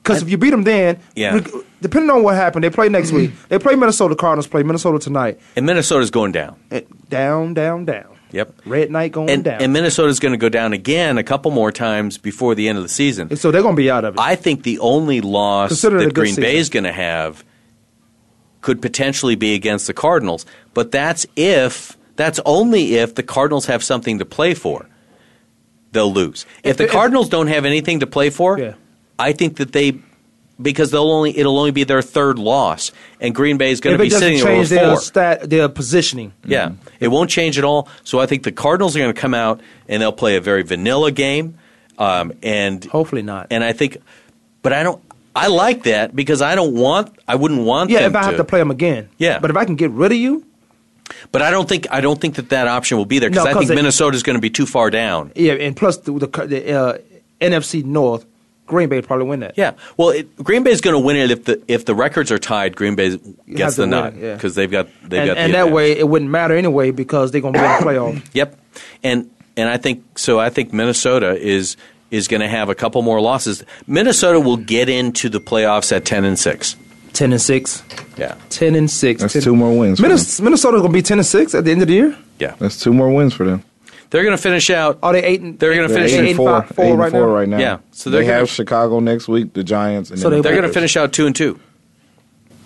[SPEAKER 2] Because if you beat them, then
[SPEAKER 4] Yeah. Mm-hmm.
[SPEAKER 2] reg- depending on what happened, they play next week. They play Minnesota Cardinals. Play Minnesota tonight.
[SPEAKER 4] And Minnesota's going down.
[SPEAKER 2] Eh, Down, down, down.
[SPEAKER 4] Yep.
[SPEAKER 2] Red Knight going
[SPEAKER 4] And,
[SPEAKER 2] down.
[SPEAKER 4] and Minnesota's going to go down again a couple more times before the end of the season.
[SPEAKER 2] And so they're going to be out of it.
[SPEAKER 4] I think the only loss
[SPEAKER 2] Consider it a
[SPEAKER 4] that
[SPEAKER 2] good
[SPEAKER 4] Green Bay
[SPEAKER 2] season.
[SPEAKER 4] is going to have could potentially be against the Cardinals, but that's if that's only if the Cardinals have something to play for. They'll lose. If, the
[SPEAKER 2] if-
[SPEAKER 4] Cardinals don't have anything to play for,
[SPEAKER 2] Yeah.
[SPEAKER 4] I think that they because they'll only it'll only be their third loss, and Green Bay is going
[SPEAKER 2] if
[SPEAKER 4] to
[SPEAKER 2] it
[SPEAKER 4] be
[SPEAKER 2] doesn't
[SPEAKER 4] sitting
[SPEAKER 2] change
[SPEAKER 4] over
[SPEAKER 2] their
[SPEAKER 4] four.
[SPEAKER 2] stat, their positioning.
[SPEAKER 4] Yeah, it won't change at all. So I think the Cardinals are going to come out and they'll play a very vanilla game, um, and
[SPEAKER 2] Hopefully not.
[SPEAKER 4] and I think, but I don't. I like that because I don't want. I wouldn't want.
[SPEAKER 2] Yeah,
[SPEAKER 4] them
[SPEAKER 2] if I have to play them again.
[SPEAKER 4] Yeah.
[SPEAKER 2] but if I can get rid of you,
[SPEAKER 4] But I don't think I don't think that that option will be there because
[SPEAKER 2] No,
[SPEAKER 4] I
[SPEAKER 2] 'cause
[SPEAKER 4] think
[SPEAKER 2] they-
[SPEAKER 4] Minnesota is going to be too far down.
[SPEAKER 2] yeah, and plus the, the, the uh, NFC North, Green Bay probably win that.
[SPEAKER 4] Yeah. Well, it, Green Bay's going to win it if the if the records are tied. Green Bay gets
[SPEAKER 2] to
[SPEAKER 4] the
[SPEAKER 2] win
[SPEAKER 4] nod
[SPEAKER 2] it, yeah.
[SPEAKER 4] because they've got they've
[SPEAKER 2] and,
[SPEAKER 4] got the
[SPEAKER 2] and that
[SPEAKER 4] advantage.
[SPEAKER 2] way it wouldn't matter anyway because they're gonna be in the playoff.
[SPEAKER 4] Yep. And and I think so. I think Minnesota is is going to have a couple more losses. Minnesota will get into the playoffs at ten and six.
[SPEAKER 2] Ten and six,
[SPEAKER 4] Yeah.
[SPEAKER 2] ten and six.
[SPEAKER 3] That's
[SPEAKER 2] 10
[SPEAKER 3] two more wins for
[SPEAKER 2] Minnes- Minnesota's gonna be ten and six at the end of the year.
[SPEAKER 4] Yeah.
[SPEAKER 3] That's two more wins for them.
[SPEAKER 4] They're going to finish out.
[SPEAKER 2] Are they Oh, eight and?
[SPEAKER 4] They're going to
[SPEAKER 3] They're
[SPEAKER 4] finish.
[SPEAKER 3] eight and
[SPEAKER 2] eight and
[SPEAKER 3] four,
[SPEAKER 2] five, four
[SPEAKER 3] eight and
[SPEAKER 2] right
[SPEAKER 3] four
[SPEAKER 2] now?
[SPEAKER 3] right now.
[SPEAKER 4] Yeah, so
[SPEAKER 3] they
[SPEAKER 4] they're gonna-
[SPEAKER 3] have Chicago next week, the Giants, and
[SPEAKER 2] So
[SPEAKER 3] then
[SPEAKER 2] they-
[SPEAKER 4] They're
[SPEAKER 3] the
[SPEAKER 4] going to finish out two and two.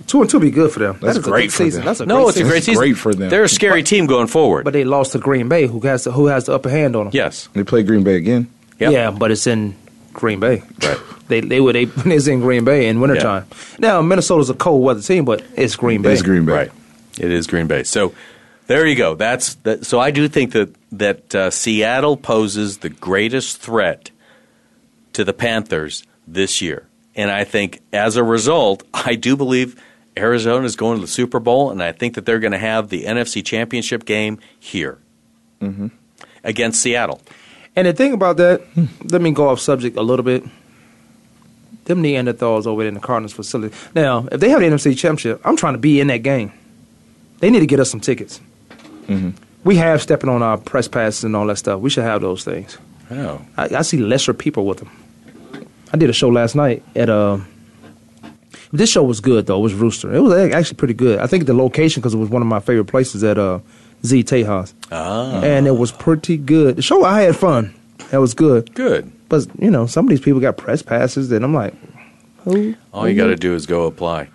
[SPEAKER 2] two and two be good for them. That's,
[SPEAKER 3] That's
[SPEAKER 2] a good
[SPEAKER 3] great for
[SPEAKER 2] season.
[SPEAKER 3] them.
[SPEAKER 2] That's a
[SPEAKER 4] No,
[SPEAKER 2] great
[SPEAKER 4] it's
[SPEAKER 2] season.
[SPEAKER 4] a great
[SPEAKER 3] That's
[SPEAKER 4] season.
[SPEAKER 3] great for them.
[SPEAKER 4] They're a scary team going forward.
[SPEAKER 2] But they lost to Green Bay, who has the, who has the upper hand on them.
[SPEAKER 4] yes.
[SPEAKER 3] They play Green Bay again.
[SPEAKER 4] Yep.
[SPEAKER 2] Yeah, but it's in Green Bay.
[SPEAKER 4] Right.
[SPEAKER 2] They they were they it's in Green Bay in wintertime. Now Minnesota's a cold weather team, but it's Green Bay.
[SPEAKER 3] It's Green Bay.
[SPEAKER 4] Right. It is Green Bay. So there you go. That's that. So I do think that that uh, Seattle poses the greatest threat to the Panthers this year, and I think as a result, I do believe Arizona is going to the Super Bowl, and I think that they're going to have the NFC Championship game here against Seattle.
[SPEAKER 2] And the thing about that, let me go off subject a little bit. Them Neanderthals over there in the Cardinals facility. Now, if they have the NFC Championship, I'm trying to be in that game. They need to get us some tickets. We have stepping on our press passes and all that stuff. We should have those things.
[SPEAKER 4] Oh,
[SPEAKER 2] I, I see lesser people with them. I did a show last night at uh, this show was good though. It was Rooster. It was ac- actually pretty good. I think the location because it was one of my favorite places at uh, Z Tejas,
[SPEAKER 4] ah,
[SPEAKER 2] and it was pretty good. The show I had fun. That was good.
[SPEAKER 4] good.
[SPEAKER 2] But you know, some of these people got press passes, and I'm like, who?
[SPEAKER 4] All you got to do is go apply.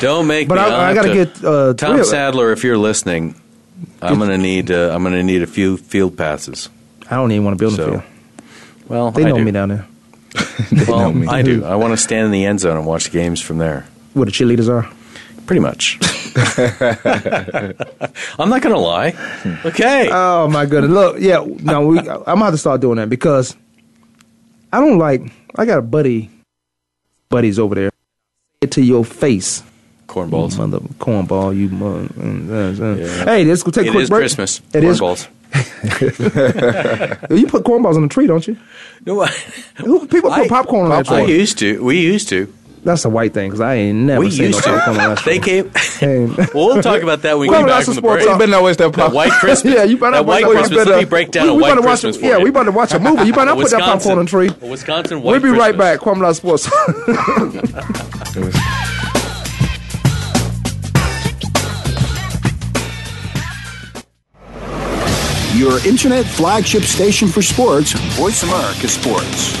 [SPEAKER 4] Don't make
[SPEAKER 2] Mhm. But
[SPEAKER 4] me.
[SPEAKER 2] I-
[SPEAKER 4] I'll
[SPEAKER 2] I
[SPEAKER 4] have
[SPEAKER 2] gotta get, uh,
[SPEAKER 4] Tom
[SPEAKER 2] three of-
[SPEAKER 4] Sadler. If you're listening, I'm gonna need. Uh, I'm gonna need a few field passes.
[SPEAKER 2] I don't even want to build
[SPEAKER 4] So,
[SPEAKER 2] a field.
[SPEAKER 4] Well,
[SPEAKER 2] They
[SPEAKER 4] I
[SPEAKER 2] know
[SPEAKER 4] do.
[SPEAKER 2] me down there.
[SPEAKER 3] know
[SPEAKER 4] Well,
[SPEAKER 3] me.
[SPEAKER 4] I do. I want to stand in the end zone and watch games from there.
[SPEAKER 2] Where the cheerleaders are.
[SPEAKER 4] Pretty much. I'm not gonna lie. Okay.
[SPEAKER 2] Oh my goodness! Look, yeah, no, we, I'm gonna have to start doing that because I don't like. I got a buddy, buddies over there. Get to your face,
[SPEAKER 4] Cornballs.
[SPEAKER 2] mother cornball, you mother. mm, mm, mm.
[SPEAKER 4] Yeah.
[SPEAKER 2] Hey, let's go take a
[SPEAKER 4] It
[SPEAKER 2] quick
[SPEAKER 4] is
[SPEAKER 2] break.
[SPEAKER 4] Christmas.
[SPEAKER 2] It is-
[SPEAKER 4] Cornballs.
[SPEAKER 2] You put cornballs on the tree, don't you?
[SPEAKER 4] No, I-
[SPEAKER 2] Who- People put
[SPEAKER 4] I-
[SPEAKER 2] popcorn on the
[SPEAKER 4] I
[SPEAKER 2] tree.
[SPEAKER 4] used to. We used to.
[SPEAKER 2] That's a white thing because I ain't never
[SPEAKER 4] We
[SPEAKER 2] seen no
[SPEAKER 4] used
[SPEAKER 2] popcorn on
[SPEAKER 4] to.
[SPEAKER 2] that
[SPEAKER 4] They
[SPEAKER 2] tree.
[SPEAKER 4] came.
[SPEAKER 2] Hey.
[SPEAKER 4] We'll talk about that when we
[SPEAKER 2] Well,
[SPEAKER 4] get back
[SPEAKER 2] that's
[SPEAKER 4] from
[SPEAKER 2] a
[SPEAKER 4] the
[SPEAKER 2] sports
[SPEAKER 4] break.
[SPEAKER 2] talk.
[SPEAKER 3] better not waste that
[SPEAKER 4] That
[SPEAKER 3] popcorn.
[SPEAKER 4] white Christmas.
[SPEAKER 2] yeah, you better
[SPEAKER 4] that
[SPEAKER 2] not put
[SPEAKER 4] white
[SPEAKER 2] that- you
[SPEAKER 4] Christmas.
[SPEAKER 2] better-
[SPEAKER 4] Let me break down
[SPEAKER 2] we,
[SPEAKER 4] a
[SPEAKER 2] we
[SPEAKER 4] white
[SPEAKER 2] better watch-
[SPEAKER 4] Christmas for
[SPEAKER 2] Yeah,
[SPEAKER 4] you.
[SPEAKER 2] we better watch a movie. You better not put that
[SPEAKER 4] Wisconsin-
[SPEAKER 2] popcorn on the tree.
[SPEAKER 4] a Wisconsin
[SPEAKER 2] We'll
[SPEAKER 4] white
[SPEAKER 2] be right back.
[SPEAKER 4] Christmas.
[SPEAKER 2] Kwame Law Sports.
[SPEAKER 6] Your internet flagship station for sports, Voice America Sports.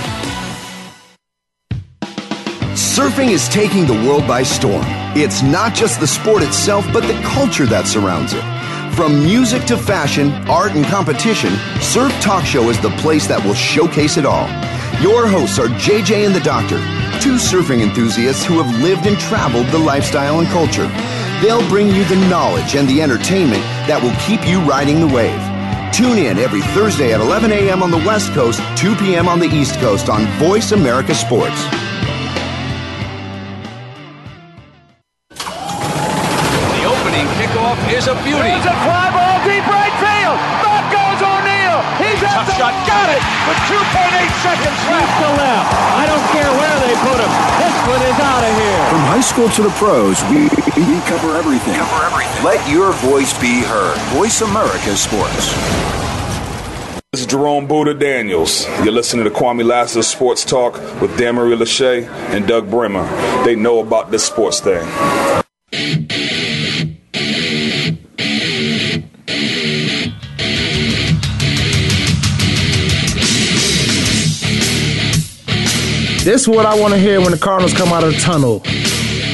[SPEAKER 9] Surfing is taking the world by storm. It's not just the sport itself, but the culture that surrounds it. From music to fashion, art, and competition, Surf Talk Show is the place that will showcase it all. Your hosts are JJ and the Doctor, two surfing enthusiasts who have lived and traveled the lifestyle and culture. They'll bring you the knowledge and the entertainment that will keep you riding the wave. Tune in every Thursday at 11 a.m. on the West Coast, 2 p.m. on the East Coast on Voice America Sports.
[SPEAKER 6] The opening kickoff is a beauty.
[SPEAKER 10] It's a fly ball deep right field. Back goes O'Neal. He's at the shot. Got it with 2.8 seconds left. to left. I don't care where they put him. This one is out of here.
[SPEAKER 6] From high school to the pros, we, we cover everything. Cover everything. Let your voice be heard. Voice America Sports.
[SPEAKER 11] This is Jerome Buddha Daniels. You're listening to Kwame Lasseter's Sports Talk with Dan Marie Lachey and Doug Bremer. They know about this sports thing.
[SPEAKER 2] This is what I want to hear when the Cardinals come out of the tunnel.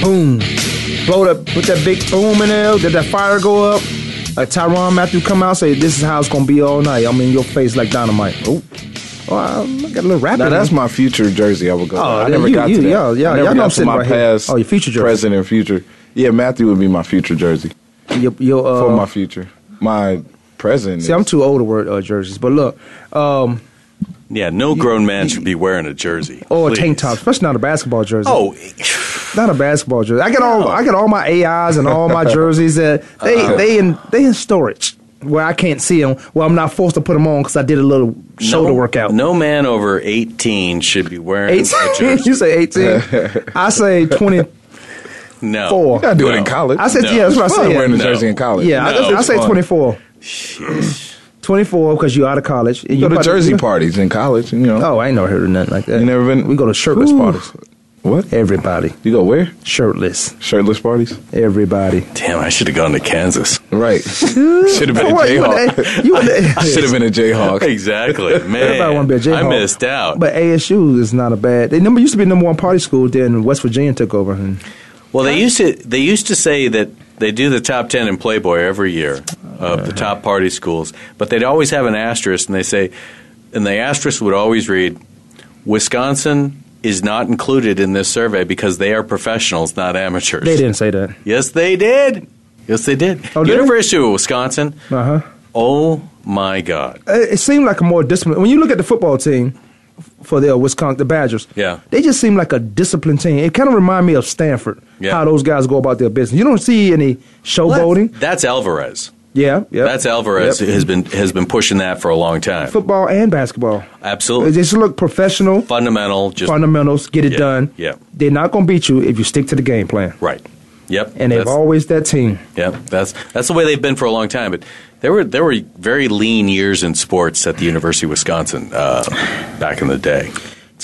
[SPEAKER 2] Boom. Blow that, put that big boom in there, let that fire go up. Like Tyron Matthew come out say, this is how it's going to be all night. I'm in your face like dynamite. Oh, oh I got a little rap
[SPEAKER 3] Now
[SPEAKER 2] in
[SPEAKER 3] that's
[SPEAKER 2] me.
[SPEAKER 3] my future jersey. I would go.
[SPEAKER 2] Oh,
[SPEAKER 3] I
[SPEAKER 2] then
[SPEAKER 3] never
[SPEAKER 2] you-
[SPEAKER 3] got
[SPEAKER 2] you-
[SPEAKER 3] to that.
[SPEAKER 2] yeah, yeah,
[SPEAKER 3] I never
[SPEAKER 2] y'all know
[SPEAKER 3] got
[SPEAKER 2] I'm
[SPEAKER 3] to
[SPEAKER 2] sitting
[SPEAKER 3] my
[SPEAKER 2] right here.
[SPEAKER 3] past.
[SPEAKER 2] Oh, your future jersey.
[SPEAKER 3] present, and future. Yeah, Matthew would be my future jersey.
[SPEAKER 2] Your, your, uh,
[SPEAKER 3] for my future, my present.
[SPEAKER 2] See, I'm too old to wear uh, jerseys, but look, um,
[SPEAKER 4] Yeah, no grown man should be wearing a jersey.
[SPEAKER 2] or Oh, a
[SPEAKER 4] Please.
[SPEAKER 2] tank top, especially not a basketball jersey.
[SPEAKER 4] Oh,
[SPEAKER 2] not a basketball jersey. I got all I got all my AIs and all my jerseys that they
[SPEAKER 3] Uh-huh.
[SPEAKER 4] Uh-uh.
[SPEAKER 2] they in they in storage where I can't see them. Where I'm not forced to put them on because I did a little shoulder
[SPEAKER 4] no,
[SPEAKER 2] work.
[SPEAKER 4] No man over 18 should be wearing a
[SPEAKER 2] Eighteen?
[SPEAKER 4] jersey.
[SPEAKER 2] you say eighteen? I say twenty-four.
[SPEAKER 4] No.
[SPEAKER 2] You gotta do it in
[SPEAKER 4] No.
[SPEAKER 2] college. I said- yeah, that's what I
[SPEAKER 3] It's fun
[SPEAKER 2] said.
[SPEAKER 3] Wearing a
[SPEAKER 2] No.
[SPEAKER 3] jersey in college.
[SPEAKER 2] Yeah, I- I, say twenty-four. Twenty-four because you out of college.
[SPEAKER 3] You go to jersey parties in college. You know.
[SPEAKER 2] Oh, I ain't never heard of nothing like that.
[SPEAKER 3] You never been?
[SPEAKER 2] We go to shirtless
[SPEAKER 3] Ooh.
[SPEAKER 2] parties.
[SPEAKER 3] What?
[SPEAKER 2] Everybody.
[SPEAKER 3] You go where?
[SPEAKER 2] Shirtless.
[SPEAKER 3] Shirtless parties.
[SPEAKER 2] Everybody.
[SPEAKER 4] Damn, I should have gone to Kansas.
[SPEAKER 3] Right. should have been a
[SPEAKER 2] What, you
[SPEAKER 3] Jayhawk.
[SPEAKER 2] wouldn't- you wouldn't-
[SPEAKER 3] I should have been a Jayhawk.
[SPEAKER 4] Exactly,
[SPEAKER 2] Everybody
[SPEAKER 4] man.
[SPEAKER 2] want to be a Jayhawk.
[SPEAKER 4] I missed out.
[SPEAKER 2] But ASU is not a bad. They number used to be number one party school. Then West Virginia took over. And
[SPEAKER 4] Well, they used to they used to say that they do the top ten in Playboy every year of the top party schools, but they'd always have an asterisk, and they say, and the asterisk would always read, Wisconsin is not included in this survey because they are professionals, not amateurs.
[SPEAKER 2] they didn't say that.
[SPEAKER 4] Yes, they did. Yes, they did.
[SPEAKER 2] Oh, did they?
[SPEAKER 4] University of Wisconsin.
[SPEAKER 2] Uh huh.
[SPEAKER 4] Oh my God.
[SPEAKER 2] It, it seemed like a more disciplined. When you look at the football team for the uh, Wisconsin, the Badgers,
[SPEAKER 4] Yeah.
[SPEAKER 2] they just seem like a disciplined team. It kind of remind me of Stanford.
[SPEAKER 4] Yeah.
[SPEAKER 2] How those guys go about their business. You don't see any showboating.
[SPEAKER 4] That's Alvarez.
[SPEAKER 2] Yeah, yeah.
[SPEAKER 4] That's Alvarez
[SPEAKER 2] Yep.
[SPEAKER 4] has been has been pushing that for a long time.
[SPEAKER 2] Football and basketball. They
[SPEAKER 4] Absolutely.
[SPEAKER 2] just look professional.
[SPEAKER 4] Fundamental. Oh. Just
[SPEAKER 2] fundamentals. Get it
[SPEAKER 4] Yeah,
[SPEAKER 2] done.
[SPEAKER 4] Yeah.
[SPEAKER 2] They're not going to beat you if you stick to the game plan.
[SPEAKER 4] Right. Yep.
[SPEAKER 2] And they've
[SPEAKER 4] that's-
[SPEAKER 2] always that team.
[SPEAKER 4] Yep, that's that's the way they've been for a long time. But there were there were very lean years in sports at the University of Wisconsin uh, back in the day,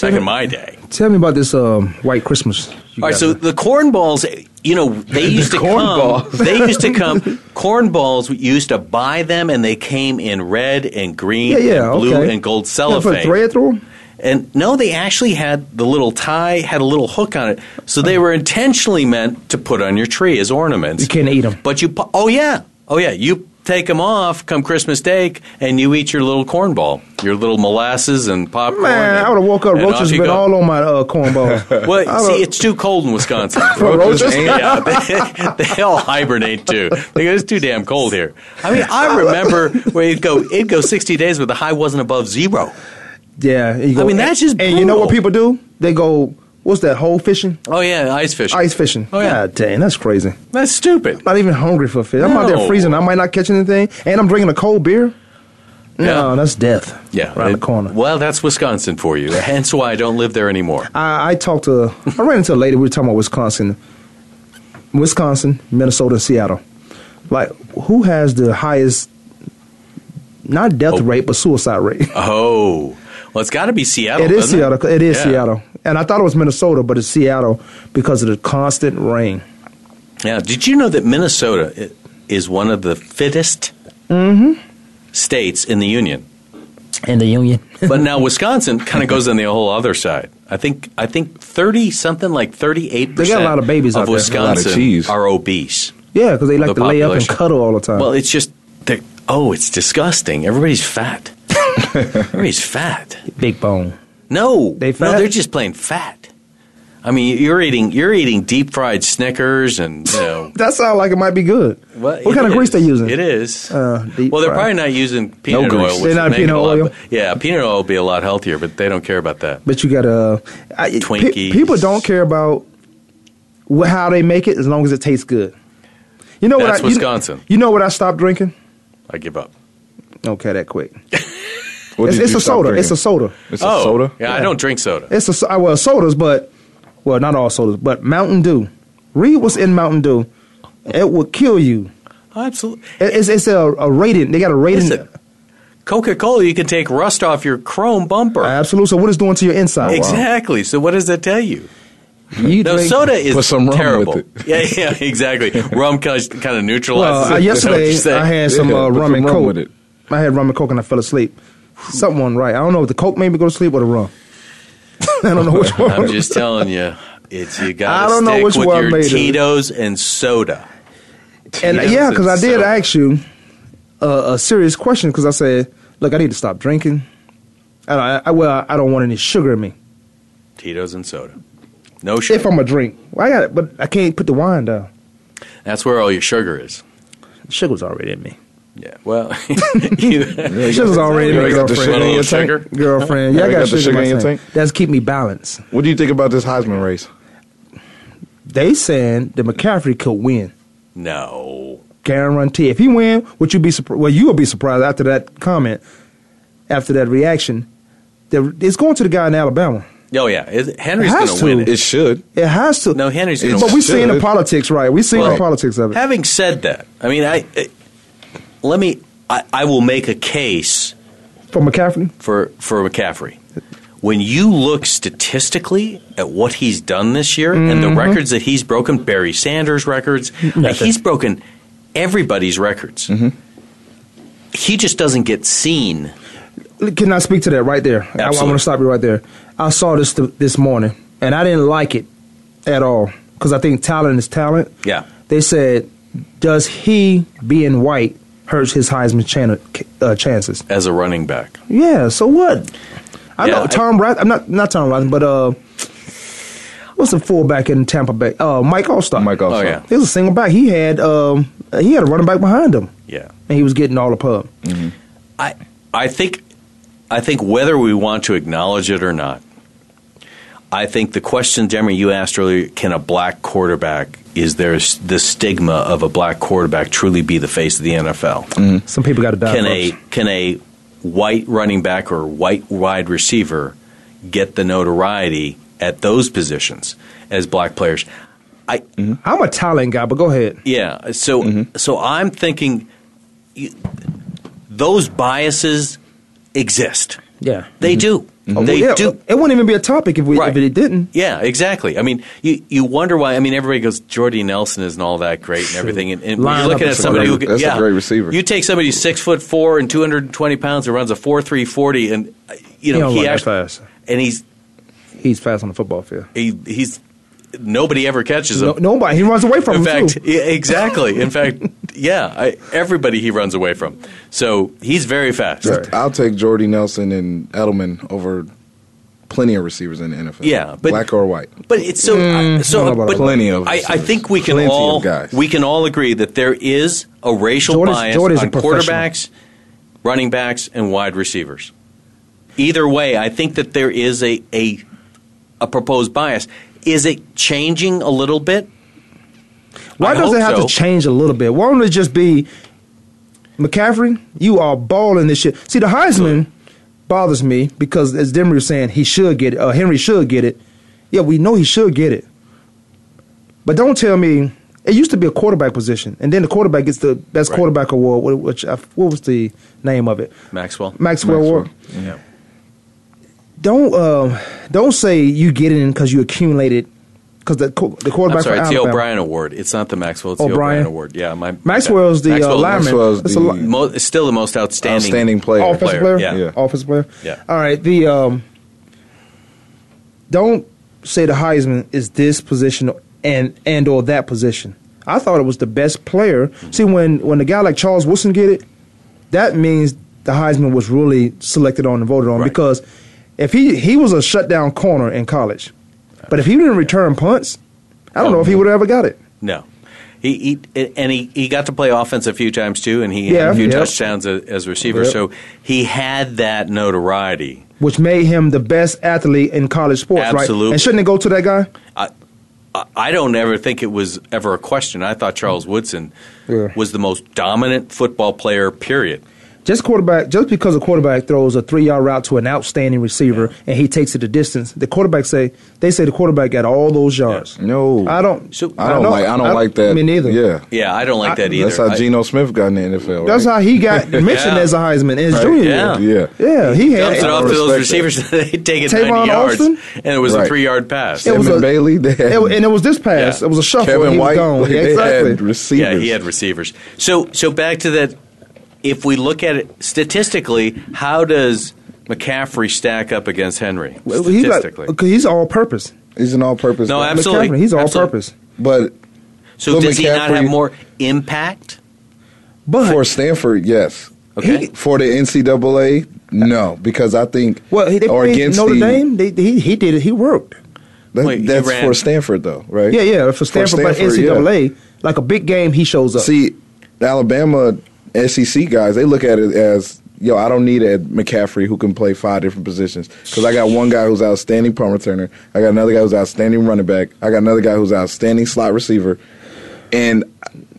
[SPEAKER 4] back in my day.
[SPEAKER 2] Tell me about this um, white Christmas.
[SPEAKER 4] All right, so the corn balls, you know, they used to
[SPEAKER 2] corn
[SPEAKER 4] come.
[SPEAKER 2] balls.
[SPEAKER 4] They used to come. Corn balls. We used to buy them, and they came in red and green,
[SPEAKER 2] Yeah, yeah,
[SPEAKER 4] and blue
[SPEAKER 2] okay.
[SPEAKER 4] and gold
[SPEAKER 2] Yeah,
[SPEAKER 4] cellophane.
[SPEAKER 2] put thread through 'em?
[SPEAKER 4] And no, they actually had the little tie had a little hook on it, so they were intentionally meant to put on your tree as ornaments.
[SPEAKER 2] You can't eat them.
[SPEAKER 4] But you, pu- oh yeah, oh yeah, you take them off come Christmas Day, and you eat your little corn ball, your little molasses and popcorn.
[SPEAKER 2] Man,
[SPEAKER 4] and-
[SPEAKER 2] I would have woke up.
[SPEAKER 4] and off
[SPEAKER 2] Roaches
[SPEAKER 4] you
[SPEAKER 2] been
[SPEAKER 4] go.
[SPEAKER 2] all on my uh, corn balls. I
[SPEAKER 4] Well,
[SPEAKER 2] would've-
[SPEAKER 4] see, it's too cold in Wisconsin.
[SPEAKER 2] For roaches?
[SPEAKER 4] yeah, they, they all hibernate too. They go, it's too damn cold here. I mean, I remember where it'd go, it'd go 60 days, but the high wasn't above zero.
[SPEAKER 2] yeah. and you
[SPEAKER 4] I mean, that's just
[SPEAKER 2] And you know what
[SPEAKER 4] brutal.
[SPEAKER 2] people do? They go, what's that, hole fishing?
[SPEAKER 4] Oh yeah, ice fishing.
[SPEAKER 2] Ice fishing.
[SPEAKER 4] Oh, yeah.
[SPEAKER 2] God dang, that's crazy.
[SPEAKER 4] That's stupid.
[SPEAKER 2] I'm not even hungry for fish. I'm out there
[SPEAKER 4] No.
[SPEAKER 2] freezing. I might not catch anything. And I'm drinking a cold beer. No,
[SPEAKER 4] Yeah.
[SPEAKER 2] that's death.
[SPEAKER 4] Yeah,
[SPEAKER 2] Around the
[SPEAKER 4] it-
[SPEAKER 2] corner.
[SPEAKER 4] Well, that's Wisconsin for you. Hence why I don't live there anymore.
[SPEAKER 2] I, I talked to I ran into a lady. We were talking about Wisconsin, Wisconsin, Minnesota, and Seattle. Like, who has the highest, not death rate, but suicide rate?
[SPEAKER 4] Oh, well, it's got to be Seattle.
[SPEAKER 2] it is
[SPEAKER 4] doesn't
[SPEAKER 2] Seattle. It is
[SPEAKER 4] Yeah.
[SPEAKER 2] Seattle. And I thought it was Minnesota, but it's Seattle because of the constant rain.
[SPEAKER 4] Yeah. Did you know that Minnesota i- is one of the fittest
[SPEAKER 2] Mm-hmm.
[SPEAKER 4] states in the union?
[SPEAKER 2] And the union.
[SPEAKER 4] but now Wisconsin kind of goes on the whole other side. I think I think thirty something like thirty eight
[SPEAKER 2] They got
[SPEAKER 4] percent.
[SPEAKER 2] a lot of babies out
[SPEAKER 4] of
[SPEAKER 2] there. A lot of
[SPEAKER 4] Wisconsin
[SPEAKER 2] cheese.
[SPEAKER 4] are obese.
[SPEAKER 2] Yeah, because they like
[SPEAKER 4] The
[SPEAKER 2] to lay up and
[SPEAKER 4] population.
[SPEAKER 2] cuddle all the time.
[SPEAKER 4] Well, it's just they're- oh, it's disgusting. Everybody's fat. Everybody's fat.
[SPEAKER 2] Big bone.
[SPEAKER 4] No,
[SPEAKER 2] They
[SPEAKER 4] no,
[SPEAKER 2] fat?
[SPEAKER 4] they're just plain fat. I mean, you're eating you're eating deep fried Snickers and you know.
[SPEAKER 2] That sounds like it might be good.
[SPEAKER 4] Well,
[SPEAKER 2] what
[SPEAKER 4] it
[SPEAKER 2] kind
[SPEAKER 4] is.
[SPEAKER 2] of grease they using?
[SPEAKER 4] It is.
[SPEAKER 2] Uh, deep
[SPEAKER 4] well, they're
[SPEAKER 2] fried.
[SPEAKER 4] probably not using peanut
[SPEAKER 2] grease.
[SPEAKER 4] oil. which
[SPEAKER 2] They're
[SPEAKER 4] would
[SPEAKER 2] not
[SPEAKER 4] make it
[SPEAKER 2] peanut
[SPEAKER 4] a lot-
[SPEAKER 2] oil?
[SPEAKER 4] Yeah, peanut oil would be a lot healthier, but they don't care about that.
[SPEAKER 2] But you got to I, pe-
[SPEAKER 4] Twinkies.
[SPEAKER 2] people don't care about wh- how they make it as long as it tastes good. You know
[SPEAKER 4] That's
[SPEAKER 2] what? I, you-
[SPEAKER 4] Wisconsin.
[SPEAKER 2] You, know what? I stopped drinking.
[SPEAKER 4] I give up.
[SPEAKER 2] Okay, that quick.
[SPEAKER 3] What
[SPEAKER 2] it's
[SPEAKER 3] did
[SPEAKER 2] it's
[SPEAKER 3] you stop
[SPEAKER 2] a soda.
[SPEAKER 3] drinking?
[SPEAKER 2] It's a soda.
[SPEAKER 3] It's a Oh, soda?
[SPEAKER 4] Yeah, I don't drink soda.
[SPEAKER 2] It's a so- uh, well sodas, but well not all sodas, but Mountain Dew. Read what's in Mountain Dew. It will kill you.
[SPEAKER 4] Absolutely.
[SPEAKER 2] It- It's it's a, a rating. They got a rating.
[SPEAKER 4] Oh, Listen, Coca Cola, you can take rust off your chrome bumper.
[SPEAKER 2] Absolutely. So what is doing to your inside?
[SPEAKER 4] Exactly. So what does that tell you?
[SPEAKER 2] You
[SPEAKER 4] no,
[SPEAKER 2] think-
[SPEAKER 4] soda is
[SPEAKER 2] Put some rum with
[SPEAKER 4] terrible.
[SPEAKER 2] it.
[SPEAKER 4] Yeah, yeah, exactly. rum kind of kind of neutralizes.
[SPEAKER 2] Well, uh,
[SPEAKER 4] it, is what
[SPEAKER 2] yesterday
[SPEAKER 4] you say.
[SPEAKER 2] I had some uh, rum and coke. I had rum and coke and I fell asleep. Something wasn't right. I don't know if the coke made me go to sleep or the rum. I don't know which one.
[SPEAKER 4] I'm just telling you, it's you got
[SPEAKER 2] I
[SPEAKER 4] to
[SPEAKER 2] don't know
[SPEAKER 4] stick
[SPEAKER 2] which
[SPEAKER 4] with
[SPEAKER 2] one
[SPEAKER 4] your
[SPEAKER 2] made it.
[SPEAKER 4] Tito's and soda.
[SPEAKER 2] and
[SPEAKER 4] Tito's
[SPEAKER 2] yeah, because I did
[SPEAKER 4] soda.
[SPEAKER 2] ask you a, a serious question because I said, "Look, I need to stop drinking. I, don't- I well, I don't want any sugar in me.
[SPEAKER 4] Tito's and soda. No sugar.
[SPEAKER 2] If I'm a drink, well, I got it, but I can't put the wine down.
[SPEAKER 4] That's where all your sugar is.
[SPEAKER 2] Sugar's already in me.
[SPEAKER 4] Yeah. Well, you,
[SPEAKER 2] Sugar's already in my
[SPEAKER 4] You got the
[SPEAKER 2] girlfriend.
[SPEAKER 4] sugar in your
[SPEAKER 2] Tank-
[SPEAKER 4] sugar?
[SPEAKER 2] Girlfriend, yeah, I
[SPEAKER 3] You
[SPEAKER 2] got,
[SPEAKER 3] got the
[SPEAKER 2] sugar,
[SPEAKER 3] sugar
[SPEAKER 2] in
[SPEAKER 3] in
[SPEAKER 2] my
[SPEAKER 3] your
[SPEAKER 2] tank. That's keep me balanced.
[SPEAKER 3] What do you think about this Heisman race?
[SPEAKER 2] They saying that McCaffrey could win.
[SPEAKER 4] No.
[SPEAKER 2] Guarantee. If he win, would you be surprised? Well, you will be surprised after that comment, after that reaction. That it's going to the guy in Alabama.
[SPEAKER 4] Oh yeah, It- Henry's
[SPEAKER 2] It
[SPEAKER 4] going
[SPEAKER 2] has
[SPEAKER 4] to win
[SPEAKER 2] to.
[SPEAKER 4] it.
[SPEAKER 2] It
[SPEAKER 3] should.
[SPEAKER 2] It has to.
[SPEAKER 4] No, Henry's going to.
[SPEAKER 2] But we seen the politics, right? We seen the politics of it.
[SPEAKER 4] Having said that, I mean, I, I let me. I, I will make a case
[SPEAKER 2] For McCaffrey,
[SPEAKER 4] for for McCaffrey. When you look statistically at what he's done this year and the
[SPEAKER 12] Mhm.
[SPEAKER 4] records that he's broken, Barry Sanders records, like, he's broken everybody's records. He just doesn't get seen.
[SPEAKER 2] Can I speak to that right there? I- I,
[SPEAKER 4] Absolutely.
[SPEAKER 2] want to stop you right there. I saw this th- this morning, and I didn't like it at all because I think talent is talent.
[SPEAKER 4] Yeah.
[SPEAKER 2] They said, "Does he being white hurts his Heisman chan- uh, chances?"
[SPEAKER 4] As a running back,
[SPEAKER 2] Yeah. So what? I
[SPEAKER 4] Yeah,
[SPEAKER 2] know
[SPEAKER 4] I-
[SPEAKER 2] Tom. Rath- I'm not not Tom Rathman, but uh, what's the fullback in Tampa Bay? Uh, Mike Allstar. Mike
[SPEAKER 3] Allstar. Oh, yeah.
[SPEAKER 2] He was a single back. He had um, he had a running back behind him,
[SPEAKER 4] yeah.
[SPEAKER 2] and he was getting all the pub.
[SPEAKER 4] I I think I think whether we want to acknowledge it or not, I think the question, Demery, you asked earlier: Can a black quarterback? Is there s- the stigma of a black quarterback truly be the face of the NFL?
[SPEAKER 2] Some people got to die.
[SPEAKER 4] Can
[SPEAKER 2] first.
[SPEAKER 4] a can a white running back or white wide receiver get the notoriety at those positions as black players? I
[SPEAKER 2] I'm a talent guy, but go ahead.
[SPEAKER 4] Yeah. So so I'm thinking you- those biases exist.
[SPEAKER 2] Yeah.
[SPEAKER 4] They do.
[SPEAKER 2] Oh,
[SPEAKER 4] They
[SPEAKER 2] yeah,
[SPEAKER 4] do.
[SPEAKER 2] It wouldn't even be a topic if we if it didn't.
[SPEAKER 4] Yeah, exactly. I mean, you, you wonder why. I mean, everybody goes, Jordy Nelson isn't all that great and everything. And, and when
[SPEAKER 3] Line
[SPEAKER 4] you're looking
[SPEAKER 3] up
[SPEAKER 4] at
[SPEAKER 3] is
[SPEAKER 4] somebody who
[SPEAKER 3] great. That's a
[SPEAKER 4] yeah,
[SPEAKER 3] great receiver.
[SPEAKER 4] You take somebody who's six foot four and 220 pounds and runs a four three forty, and uh, you know
[SPEAKER 2] He don't run that
[SPEAKER 4] actually
[SPEAKER 2] fast.
[SPEAKER 4] and he's
[SPEAKER 2] He's fast on the football field.
[SPEAKER 4] he, he's nobody ever catches him.
[SPEAKER 2] No, nobody. He runs away from
[SPEAKER 4] In
[SPEAKER 2] him
[SPEAKER 4] fact,
[SPEAKER 2] too.
[SPEAKER 4] yeah, exactly. In fact, yeah, I, everybody he runs away from. So he's very fast.
[SPEAKER 3] I'll take Jordy Nelson and Edelman over plenty of receivers in the NFL.
[SPEAKER 4] Yeah, but-
[SPEAKER 3] black or white.
[SPEAKER 4] But it's so
[SPEAKER 2] Mm.
[SPEAKER 4] I-
[SPEAKER 3] I
[SPEAKER 4] so.
[SPEAKER 3] don't know about
[SPEAKER 4] But
[SPEAKER 3] that. Plenty of
[SPEAKER 4] I, I
[SPEAKER 3] receivers.
[SPEAKER 4] think we can
[SPEAKER 3] Plenty of
[SPEAKER 4] all
[SPEAKER 3] guys.
[SPEAKER 4] we can all agree that there is a racial
[SPEAKER 3] Jordan's-
[SPEAKER 4] bias
[SPEAKER 3] Jordan's a
[SPEAKER 4] on
[SPEAKER 3] professional.
[SPEAKER 4] quarterbacks, running backs, and wide receivers. Either way, I think that there is a a a proposed bias. Is it changing a little bit?
[SPEAKER 2] Why
[SPEAKER 4] I
[SPEAKER 2] does
[SPEAKER 4] hope
[SPEAKER 2] it have
[SPEAKER 4] so.
[SPEAKER 2] to change a little bit? Why don't it just be McCaffrey? You are balling this shit. See, the Heisman bothers me because as Demery was saying, he should get it. Uh, Henry should get it. Yeah, we know he should get it. But don't tell me it used to be a quarterback position, and then the quarterback gets the best quarterback award. wh- Which I, what was the name of it?
[SPEAKER 4] Maxwell.
[SPEAKER 2] Maxwell, Award.
[SPEAKER 4] Yeah.
[SPEAKER 2] Don't um, don't say you get it because you accumulated because the co- the quarterback
[SPEAKER 4] I'm sorry,
[SPEAKER 2] for
[SPEAKER 4] it's the
[SPEAKER 2] Alabama.
[SPEAKER 4] O'Brien Award. It's not the Maxwell. It's the
[SPEAKER 2] O'Brien.
[SPEAKER 4] O'Brien Award. Yeah, my
[SPEAKER 2] Maxwell's the, uh, lineman. Maxwell's
[SPEAKER 4] It's
[SPEAKER 2] the-
[SPEAKER 4] mo- still the most outstanding,
[SPEAKER 3] Outstanding player.
[SPEAKER 4] player.
[SPEAKER 2] offensive player,
[SPEAKER 4] Yeah.
[SPEAKER 2] offensive player.
[SPEAKER 4] Yeah.
[SPEAKER 2] All right. The um, don't say the Heisman is this position and and or that position. I thought it was the best player. See, when when a guy like Charles Wilson get it, that means the Heisman was really selected on and voted on because if he he was a shutdown corner in college, but if he didn't return punts, I don't know if he would have ever got it.
[SPEAKER 4] No. He, he and he, he got to play offense a few times too, and he had
[SPEAKER 2] Yeah.
[SPEAKER 4] a few
[SPEAKER 2] Yep.
[SPEAKER 4] touchdowns a, as receiver.
[SPEAKER 2] Yep.
[SPEAKER 4] So he had that notoriety.
[SPEAKER 2] Which made him the best athlete in college sports, right?
[SPEAKER 4] Absolutely.
[SPEAKER 2] And shouldn't it go to that guy?
[SPEAKER 4] I, I- I don't ever think it was ever a question. I thought Charles Woodson
[SPEAKER 2] Yeah.
[SPEAKER 4] was the most dominant football player. Period.
[SPEAKER 2] Just quarterback, just because a quarterback throws a three-yard route to an outstanding receiver and he takes it the distance, the quarterback say they say the quarterback got all those yards.
[SPEAKER 3] No,
[SPEAKER 2] I don't.
[SPEAKER 3] I don't like. I don't like that.
[SPEAKER 2] Me neither.
[SPEAKER 3] Yeah,
[SPEAKER 4] Yeah, I don't like that either.
[SPEAKER 3] That's how
[SPEAKER 4] I-
[SPEAKER 3] Geno Smith got in the NFL. right?
[SPEAKER 2] That's how he got mentioned
[SPEAKER 4] Yeah.
[SPEAKER 2] as a Heisman in his
[SPEAKER 3] Right.
[SPEAKER 2] junior
[SPEAKER 4] Yeah.
[SPEAKER 2] year. Yeah, he had
[SPEAKER 4] Dumps it off to those receivers that they take it
[SPEAKER 2] Tavon
[SPEAKER 4] 90 yards.
[SPEAKER 2] Austin?
[SPEAKER 4] And it was a
[SPEAKER 3] Right.
[SPEAKER 4] three yard pass.
[SPEAKER 2] It was a-
[SPEAKER 3] Bailey. They had
[SPEAKER 2] It wa- and it was this pass. It was a shuffle.
[SPEAKER 3] Kevin
[SPEAKER 2] and he
[SPEAKER 3] White.
[SPEAKER 2] was gone.
[SPEAKER 3] like,
[SPEAKER 2] yeah,
[SPEAKER 3] they
[SPEAKER 2] exactly.
[SPEAKER 3] had receivers.
[SPEAKER 4] Yeah, he had receivers. So so back to that. If we look at it statistically, how does McCaffrey stack up against Henry
[SPEAKER 2] Well, he got-
[SPEAKER 4] statistically?
[SPEAKER 2] okay, he's all purpose.
[SPEAKER 3] He's an all-purpose.
[SPEAKER 4] No,
[SPEAKER 3] guy.
[SPEAKER 4] absolutely.
[SPEAKER 2] McCaffrey, he's all
[SPEAKER 4] Absolutely.
[SPEAKER 2] purpose.
[SPEAKER 3] But
[SPEAKER 4] so
[SPEAKER 3] but
[SPEAKER 4] does he not have
[SPEAKER 3] McCaffrey-
[SPEAKER 4] more impact?
[SPEAKER 2] But
[SPEAKER 3] for Stanford, yes.
[SPEAKER 4] Okay.
[SPEAKER 3] For the NCAA, no, because I think
[SPEAKER 2] Well, he, they
[SPEAKER 3] or
[SPEAKER 2] played
[SPEAKER 3] against
[SPEAKER 2] Notre
[SPEAKER 3] the-
[SPEAKER 2] Dame. They, he he did it. He worked.
[SPEAKER 3] that-
[SPEAKER 4] Wait, he
[SPEAKER 3] that's
[SPEAKER 4] ran-
[SPEAKER 3] for Stanford though, right?
[SPEAKER 2] Yeah, yeah. For Stanford, but
[SPEAKER 3] yeah.
[SPEAKER 2] NCAA, like a big game, he shows up.
[SPEAKER 3] See, the Alabama SEC guys, they look at it as, yo, I don't need a McCaffrey who can play five different positions because I got one guy who's outstanding punt returner, I got another guy who's outstanding running back, I got another guy who's outstanding slot receiver, and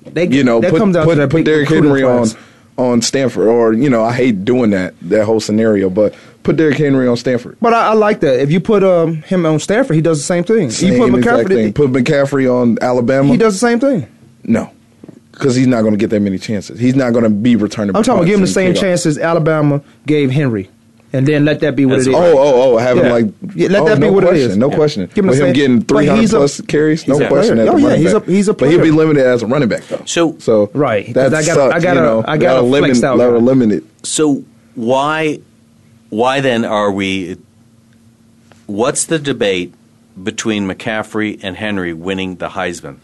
[SPEAKER 2] they,
[SPEAKER 3] you know,
[SPEAKER 2] that
[SPEAKER 3] put
[SPEAKER 2] comes out to
[SPEAKER 3] put,
[SPEAKER 2] that
[SPEAKER 3] put
[SPEAKER 2] big
[SPEAKER 3] Derrick
[SPEAKER 2] recruiting
[SPEAKER 3] Henry on
[SPEAKER 2] class.
[SPEAKER 3] on Stanford, or you know, I hate doing that that whole scenario, but put Derrick Henry on Stanford.
[SPEAKER 2] But I, I like that. If you put um, him on Stanford, he does the same thing.
[SPEAKER 3] Same
[SPEAKER 2] you put
[SPEAKER 3] exact
[SPEAKER 2] McCaffrey,
[SPEAKER 3] thing. Put McCaffrey on Alabama.
[SPEAKER 2] he does the same thing.
[SPEAKER 3] no, because he's not going to get that many chances. He's not going to be returning.
[SPEAKER 2] I'm talking about
[SPEAKER 3] punts
[SPEAKER 2] give him the
[SPEAKER 3] and
[SPEAKER 2] same
[SPEAKER 3] kickoffs.
[SPEAKER 2] chances Alabama gave Henry, and then let that be what
[SPEAKER 4] That's
[SPEAKER 2] it is.
[SPEAKER 4] all
[SPEAKER 3] Oh, oh, oh! Have him
[SPEAKER 2] Yeah.
[SPEAKER 3] like
[SPEAKER 2] Yeah, let
[SPEAKER 3] oh,
[SPEAKER 2] that be
[SPEAKER 3] no
[SPEAKER 2] what it
[SPEAKER 3] question,
[SPEAKER 2] is.
[SPEAKER 3] No
[SPEAKER 4] Yeah.
[SPEAKER 3] question.
[SPEAKER 2] Give him
[SPEAKER 3] With
[SPEAKER 2] the
[SPEAKER 3] him
[SPEAKER 2] same-
[SPEAKER 3] getting
[SPEAKER 2] but he's
[SPEAKER 3] three hundred
[SPEAKER 2] a-
[SPEAKER 3] plus carries, no
[SPEAKER 2] he's a
[SPEAKER 3] question.
[SPEAKER 2] player.
[SPEAKER 3] at the
[SPEAKER 2] Oh, yeah,
[SPEAKER 3] running
[SPEAKER 2] he's a-
[SPEAKER 3] back.
[SPEAKER 2] he's a
[SPEAKER 3] But he'll be
[SPEAKER 2] player.
[SPEAKER 3] limited as a running back though.
[SPEAKER 4] So
[SPEAKER 3] So
[SPEAKER 2] Right, 'cause
[SPEAKER 3] that
[SPEAKER 2] I gotta-
[SPEAKER 3] sucks,
[SPEAKER 2] I gotta-
[SPEAKER 3] you know,
[SPEAKER 2] I gotta
[SPEAKER 3] that'll
[SPEAKER 2] flex
[SPEAKER 3] limit,
[SPEAKER 2] out.
[SPEAKER 3] that'll limit it.
[SPEAKER 4] So why why then are we what's the debate between McCaffrey and Henry winning the Heisman?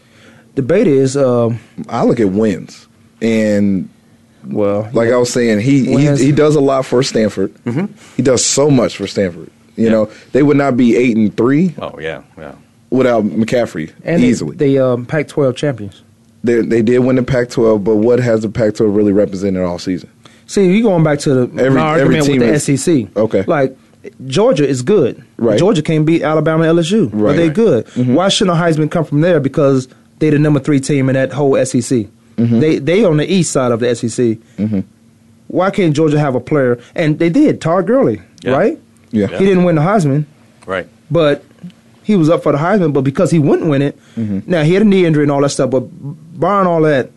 [SPEAKER 2] Debate is um,
[SPEAKER 3] I look at wins, and
[SPEAKER 2] well,
[SPEAKER 3] like I was saying, he he,
[SPEAKER 2] Wins. Mm-hmm.
[SPEAKER 3] he does a lot for Stanford. He does so much for Stanford. You know, they would not be eight and three
[SPEAKER 4] Oh yeah, yeah.
[SPEAKER 3] without McCaffrey
[SPEAKER 2] and
[SPEAKER 3] easily.
[SPEAKER 2] the, um, Pac-12 champions.
[SPEAKER 3] They, they did win the Pac-12, but what has the Pac-12 really represented all season?
[SPEAKER 2] See, you going back to the
[SPEAKER 3] Every-
[SPEAKER 2] my
[SPEAKER 3] every
[SPEAKER 2] argument
[SPEAKER 3] team
[SPEAKER 2] with the
[SPEAKER 3] is-
[SPEAKER 2] SEC.
[SPEAKER 3] okay.
[SPEAKER 2] like Georgia is good.
[SPEAKER 3] Right.
[SPEAKER 2] Georgia can't beat Alabama, and LSU,
[SPEAKER 3] Right. Mm-hmm.
[SPEAKER 2] but they
[SPEAKER 3] Right.
[SPEAKER 2] good. Why shouldn't a Heisman come from there? Because they the number three team in that whole SEC.
[SPEAKER 3] Mm-hmm.
[SPEAKER 2] They they on the east side of the SEC. Why can't Georgia have a player? And they did. Todd Gurley,
[SPEAKER 4] Yeah.
[SPEAKER 2] right?
[SPEAKER 3] Yeah.
[SPEAKER 2] He didn't win the Heisman,
[SPEAKER 4] Right.
[SPEAKER 2] but he was up for the Heisman. But because he wouldn't win it,
[SPEAKER 3] Mm-hmm.
[SPEAKER 2] now he had a knee injury and all that stuff. But barring all that,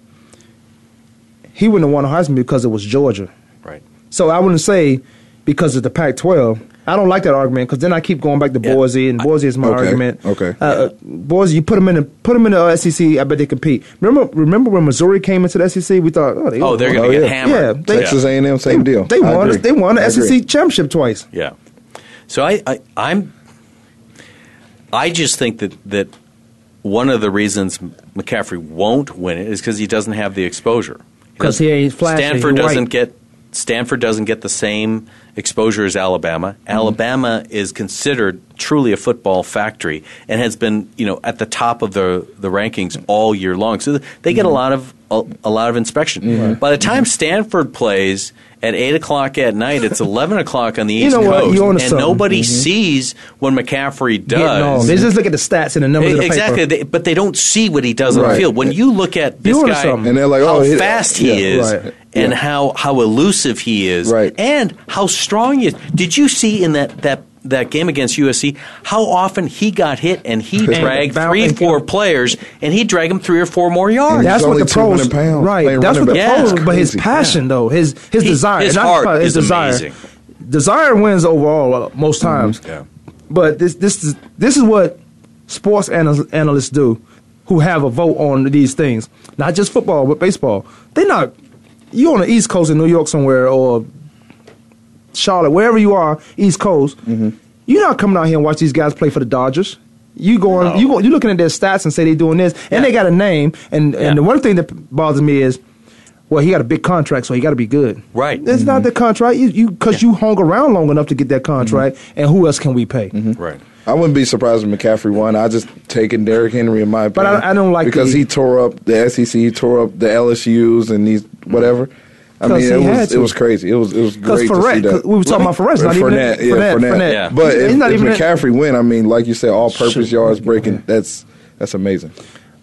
[SPEAKER 2] he wouldn't have won a Heisman because it was Georgia.
[SPEAKER 4] Right.
[SPEAKER 2] So I wouldn't say because of the Pac-12. I don't like that argument because then I keep going back to
[SPEAKER 4] Yeah.
[SPEAKER 2] Boise, and Boise is my
[SPEAKER 3] Okay,
[SPEAKER 2] argument.
[SPEAKER 3] okay.
[SPEAKER 2] Uh, uh, Boise, you put them in the put them in the uh, SEC. I bet they compete. Remember, remember when Missouri came into the SEC? We thought, oh, they
[SPEAKER 4] Oh, they're gonna
[SPEAKER 3] Oh,
[SPEAKER 4] get
[SPEAKER 3] yeah.
[SPEAKER 4] hammered.
[SPEAKER 2] Yeah, they-
[SPEAKER 3] Texas A&M, same
[SPEAKER 2] they,
[SPEAKER 3] deal.
[SPEAKER 2] They
[SPEAKER 3] I
[SPEAKER 2] won.
[SPEAKER 3] agree.
[SPEAKER 2] They won
[SPEAKER 3] I
[SPEAKER 2] the E
[SPEAKER 3] agree.
[SPEAKER 2] SEC championship twice.
[SPEAKER 4] Yeah. So I, I I'm I just think that that one of the reasons McCaffrey won't win it is because he doesn't have the exposure.
[SPEAKER 2] 'Cause he ain't flashy,
[SPEAKER 4] Stanford
[SPEAKER 2] he white.
[SPEAKER 4] doesn't get Stanford doesn't get the same exposure as Alabama.
[SPEAKER 2] Mm-hmm.
[SPEAKER 4] Alabama is considered truly a football factory and has been, you know, at the top of the the rankings all year long. So they
[SPEAKER 2] Mm-hmm.
[SPEAKER 4] get a lot of a, a lot of inspection. By the time Stanford plays at eight o'clock at night, it's eleven o'clock on the
[SPEAKER 2] You
[SPEAKER 4] East
[SPEAKER 2] know what?
[SPEAKER 4] Coast,
[SPEAKER 2] You're
[SPEAKER 4] and
[SPEAKER 2] onto something. Mm-hmm.
[SPEAKER 4] nobody sees when McCaffrey
[SPEAKER 2] Getting on.
[SPEAKER 4] does.
[SPEAKER 2] They just look at the stats and the numbers.
[SPEAKER 4] E-
[SPEAKER 2] in the
[SPEAKER 4] exactly,
[SPEAKER 2] Paper.
[SPEAKER 4] they, but they don't see what he does on the
[SPEAKER 3] Right.
[SPEAKER 4] field. When you look at this
[SPEAKER 2] You're onto
[SPEAKER 4] guy,
[SPEAKER 2] something.
[SPEAKER 3] And they're like,
[SPEAKER 4] how
[SPEAKER 3] oh, he-
[SPEAKER 4] fast he
[SPEAKER 3] yeah,
[SPEAKER 4] is,
[SPEAKER 3] right.
[SPEAKER 4] and
[SPEAKER 3] Yeah.
[SPEAKER 4] how how elusive he is,
[SPEAKER 3] Right.
[SPEAKER 4] and how strong he is. Did you see in that that that game against USC how often he got hit and he dragged
[SPEAKER 2] bound-
[SPEAKER 4] three,
[SPEAKER 2] and-
[SPEAKER 4] four players, and he dragged them three or four more yards.
[SPEAKER 3] And
[SPEAKER 2] That's
[SPEAKER 3] He's
[SPEAKER 2] what
[SPEAKER 3] only
[SPEAKER 2] the pros,
[SPEAKER 3] 200 pounds
[SPEAKER 2] right?
[SPEAKER 3] playing
[SPEAKER 2] That's what
[SPEAKER 3] running
[SPEAKER 2] the
[SPEAKER 4] back.
[SPEAKER 2] pros,
[SPEAKER 4] Yeah, it's
[SPEAKER 2] but his
[SPEAKER 3] crazy.
[SPEAKER 2] passion though, his his
[SPEAKER 4] He-
[SPEAKER 2] desire,
[SPEAKER 4] his
[SPEAKER 2] not
[SPEAKER 4] heart
[SPEAKER 2] pro- his
[SPEAKER 4] is
[SPEAKER 2] desire,
[SPEAKER 4] amazing. Mm-hmm.
[SPEAKER 2] desire wins overall uh, most times.
[SPEAKER 4] Yeah.
[SPEAKER 2] But this this is this is what sports anal- analysts do, who have a vote on these things, not just football but baseball. They're not you on the East Coast in New York somewhere or Charlotte, wherever you are, East Coast.
[SPEAKER 3] Mm-hmm.
[SPEAKER 2] You're not coming out here and watch these guys play for the Dodgers. You going
[SPEAKER 4] No.
[SPEAKER 2] you go, you looking at their stats and say they're doing this, and they got a name. And
[SPEAKER 4] Yeah.
[SPEAKER 2] and the one thing that bothers me is. Well, he got a big contract, so he got to be good.
[SPEAKER 4] Right.
[SPEAKER 2] It's
[SPEAKER 3] Mm-hmm.
[SPEAKER 2] not the contract. You you because you hung around long enough to get that contract,
[SPEAKER 3] Mm-hmm.
[SPEAKER 2] and who else can we pay?
[SPEAKER 4] Right.
[SPEAKER 3] I wouldn't be surprised if McCaffrey won. I just taken Derrick Henry in my
[SPEAKER 2] But
[SPEAKER 3] opinion.
[SPEAKER 2] I- I don't like
[SPEAKER 3] because
[SPEAKER 2] the-
[SPEAKER 3] he tore up the SEC, he tore up the LSUs and these whatever. I
[SPEAKER 2] 'Cause
[SPEAKER 3] mean, it
[SPEAKER 2] he had
[SPEAKER 3] was
[SPEAKER 2] to.
[SPEAKER 3] it was crazy. It was it was
[SPEAKER 2] Because
[SPEAKER 3] great to see
[SPEAKER 2] Fournette-
[SPEAKER 3] that.
[SPEAKER 2] 'cause we were talking about Fournette's not even in-
[SPEAKER 3] Fournette, yeah,
[SPEAKER 2] Fournette, Fournette.
[SPEAKER 4] Yeah.
[SPEAKER 3] But
[SPEAKER 2] He's
[SPEAKER 3] if,
[SPEAKER 2] not
[SPEAKER 3] if
[SPEAKER 2] even in-
[SPEAKER 3] McCaffrey win, I mean, like you said, all purpose yards breaking. That's that's amazing.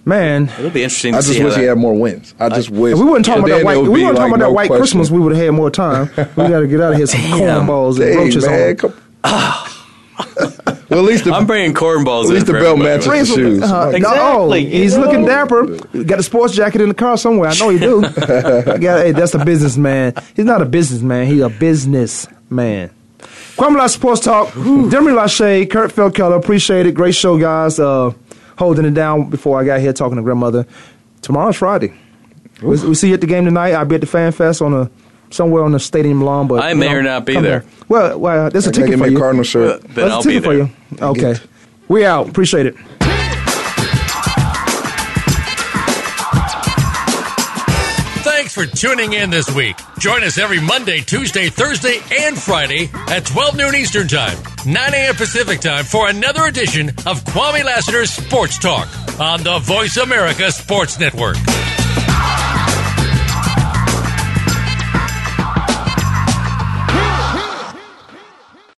[SPEAKER 2] Man,
[SPEAKER 4] It'll be interesting. To
[SPEAKER 3] I just
[SPEAKER 4] see how
[SPEAKER 3] wish
[SPEAKER 4] that-
[SPEAKER 3] he had more wins. I just wish.
[SPEAKER 2] If we wouldn't talk
[SPEAKER 3] And
[SPEAKER 2] about that
[SPEAKER 3] then it
[SPEAKER 2] white, if
[SPEAKER 3] would
[SPEAKER 2] we
[SPEAKER 3] be
[SPEAKER 2] wouldn't talk
[SPEAKER 3] like
[SPEAKER 2] about that
[SPEAKER 3] no
[SPEAKER 2] white
[SPEAKER 3] question.
[SPEAKER 2] Christmas. We would have had more time. We got to get out of here some
[SPEAKER 4] Damn.
[SPEAKER 2] cornballs and
[SPEAKER 3] Dang,
[SPEAKER 2] roaches Ah.
[SPEAKER 3] man,
[SPEAKER 2] on.
[SPEAKER 3] come-
[SPEAKER 4] well, at least I'm bringing cornballs.
[SPEAKER 3] at
[SPEAKER 4] in
[SPEAKER 3] least the
[SPEAKER 4] for
[SPEAKER 3] bell
[SPEAKER 4] everybody.
[SPEAKER 3] matches the Razor- shoes.
[SPEAKER 2] Uh, no,
[SPEAKER 4] Exactly.
[SPEAKER 2] he's looking dapper. Got a sports jacket in the car somewhere. I know he do. yeah, hey, that's a businessman. He's not a businessman. He's a businessman. Kwame Lash Sports Talk. Demery Lachey, Kurt Feldkeller. Appreciate it. Great show, guys. Uh, holding it down before I got here talking to grandmother. Tomorrow's Friday. We, we see you at the game tonight. I'll be at the Fan Fest on a somewhere on the stadium lawn. But
[SPEAKER 4] I
[SPEAKER 2] you
[SPEAKER 4] may
[SPEAKER 2] know,
[SPEAKER 4] or not be
[SPEAKER 2] come
[SPEAKER 4] there.
[SPEAKER 2] Well, well, there's a
[SPEAKER 3] I gotta
[SPEAKER 2] ticket
[SPEAKER 3] get
[SPEAKER 2] for
[SPEAKER 3] me a
[SPEAKER 2] you.
[SPEAKER 3] Cardinal
[SPEAKER 4] Uh,
[SPEAKER 3] shirt.
[SPEAKER 4] then
[SPEAKER 2] There's a
[SPEAKER 4] I'll be
[SPEAKER 2] ticket for
[SPEAKER 4] there.
[SPEAKER 2] you. Okay, we out. Appreciate it.
[SPEAKER 5] Thanks for tuning in this week. Join us every Monday, Tuesday, Thursday, and Friday at 12 noon Eastern Time, 9 a.m. Pacific Time for another edition of Kwame Lassiter's Sports Talk on the Voice America Sports Network.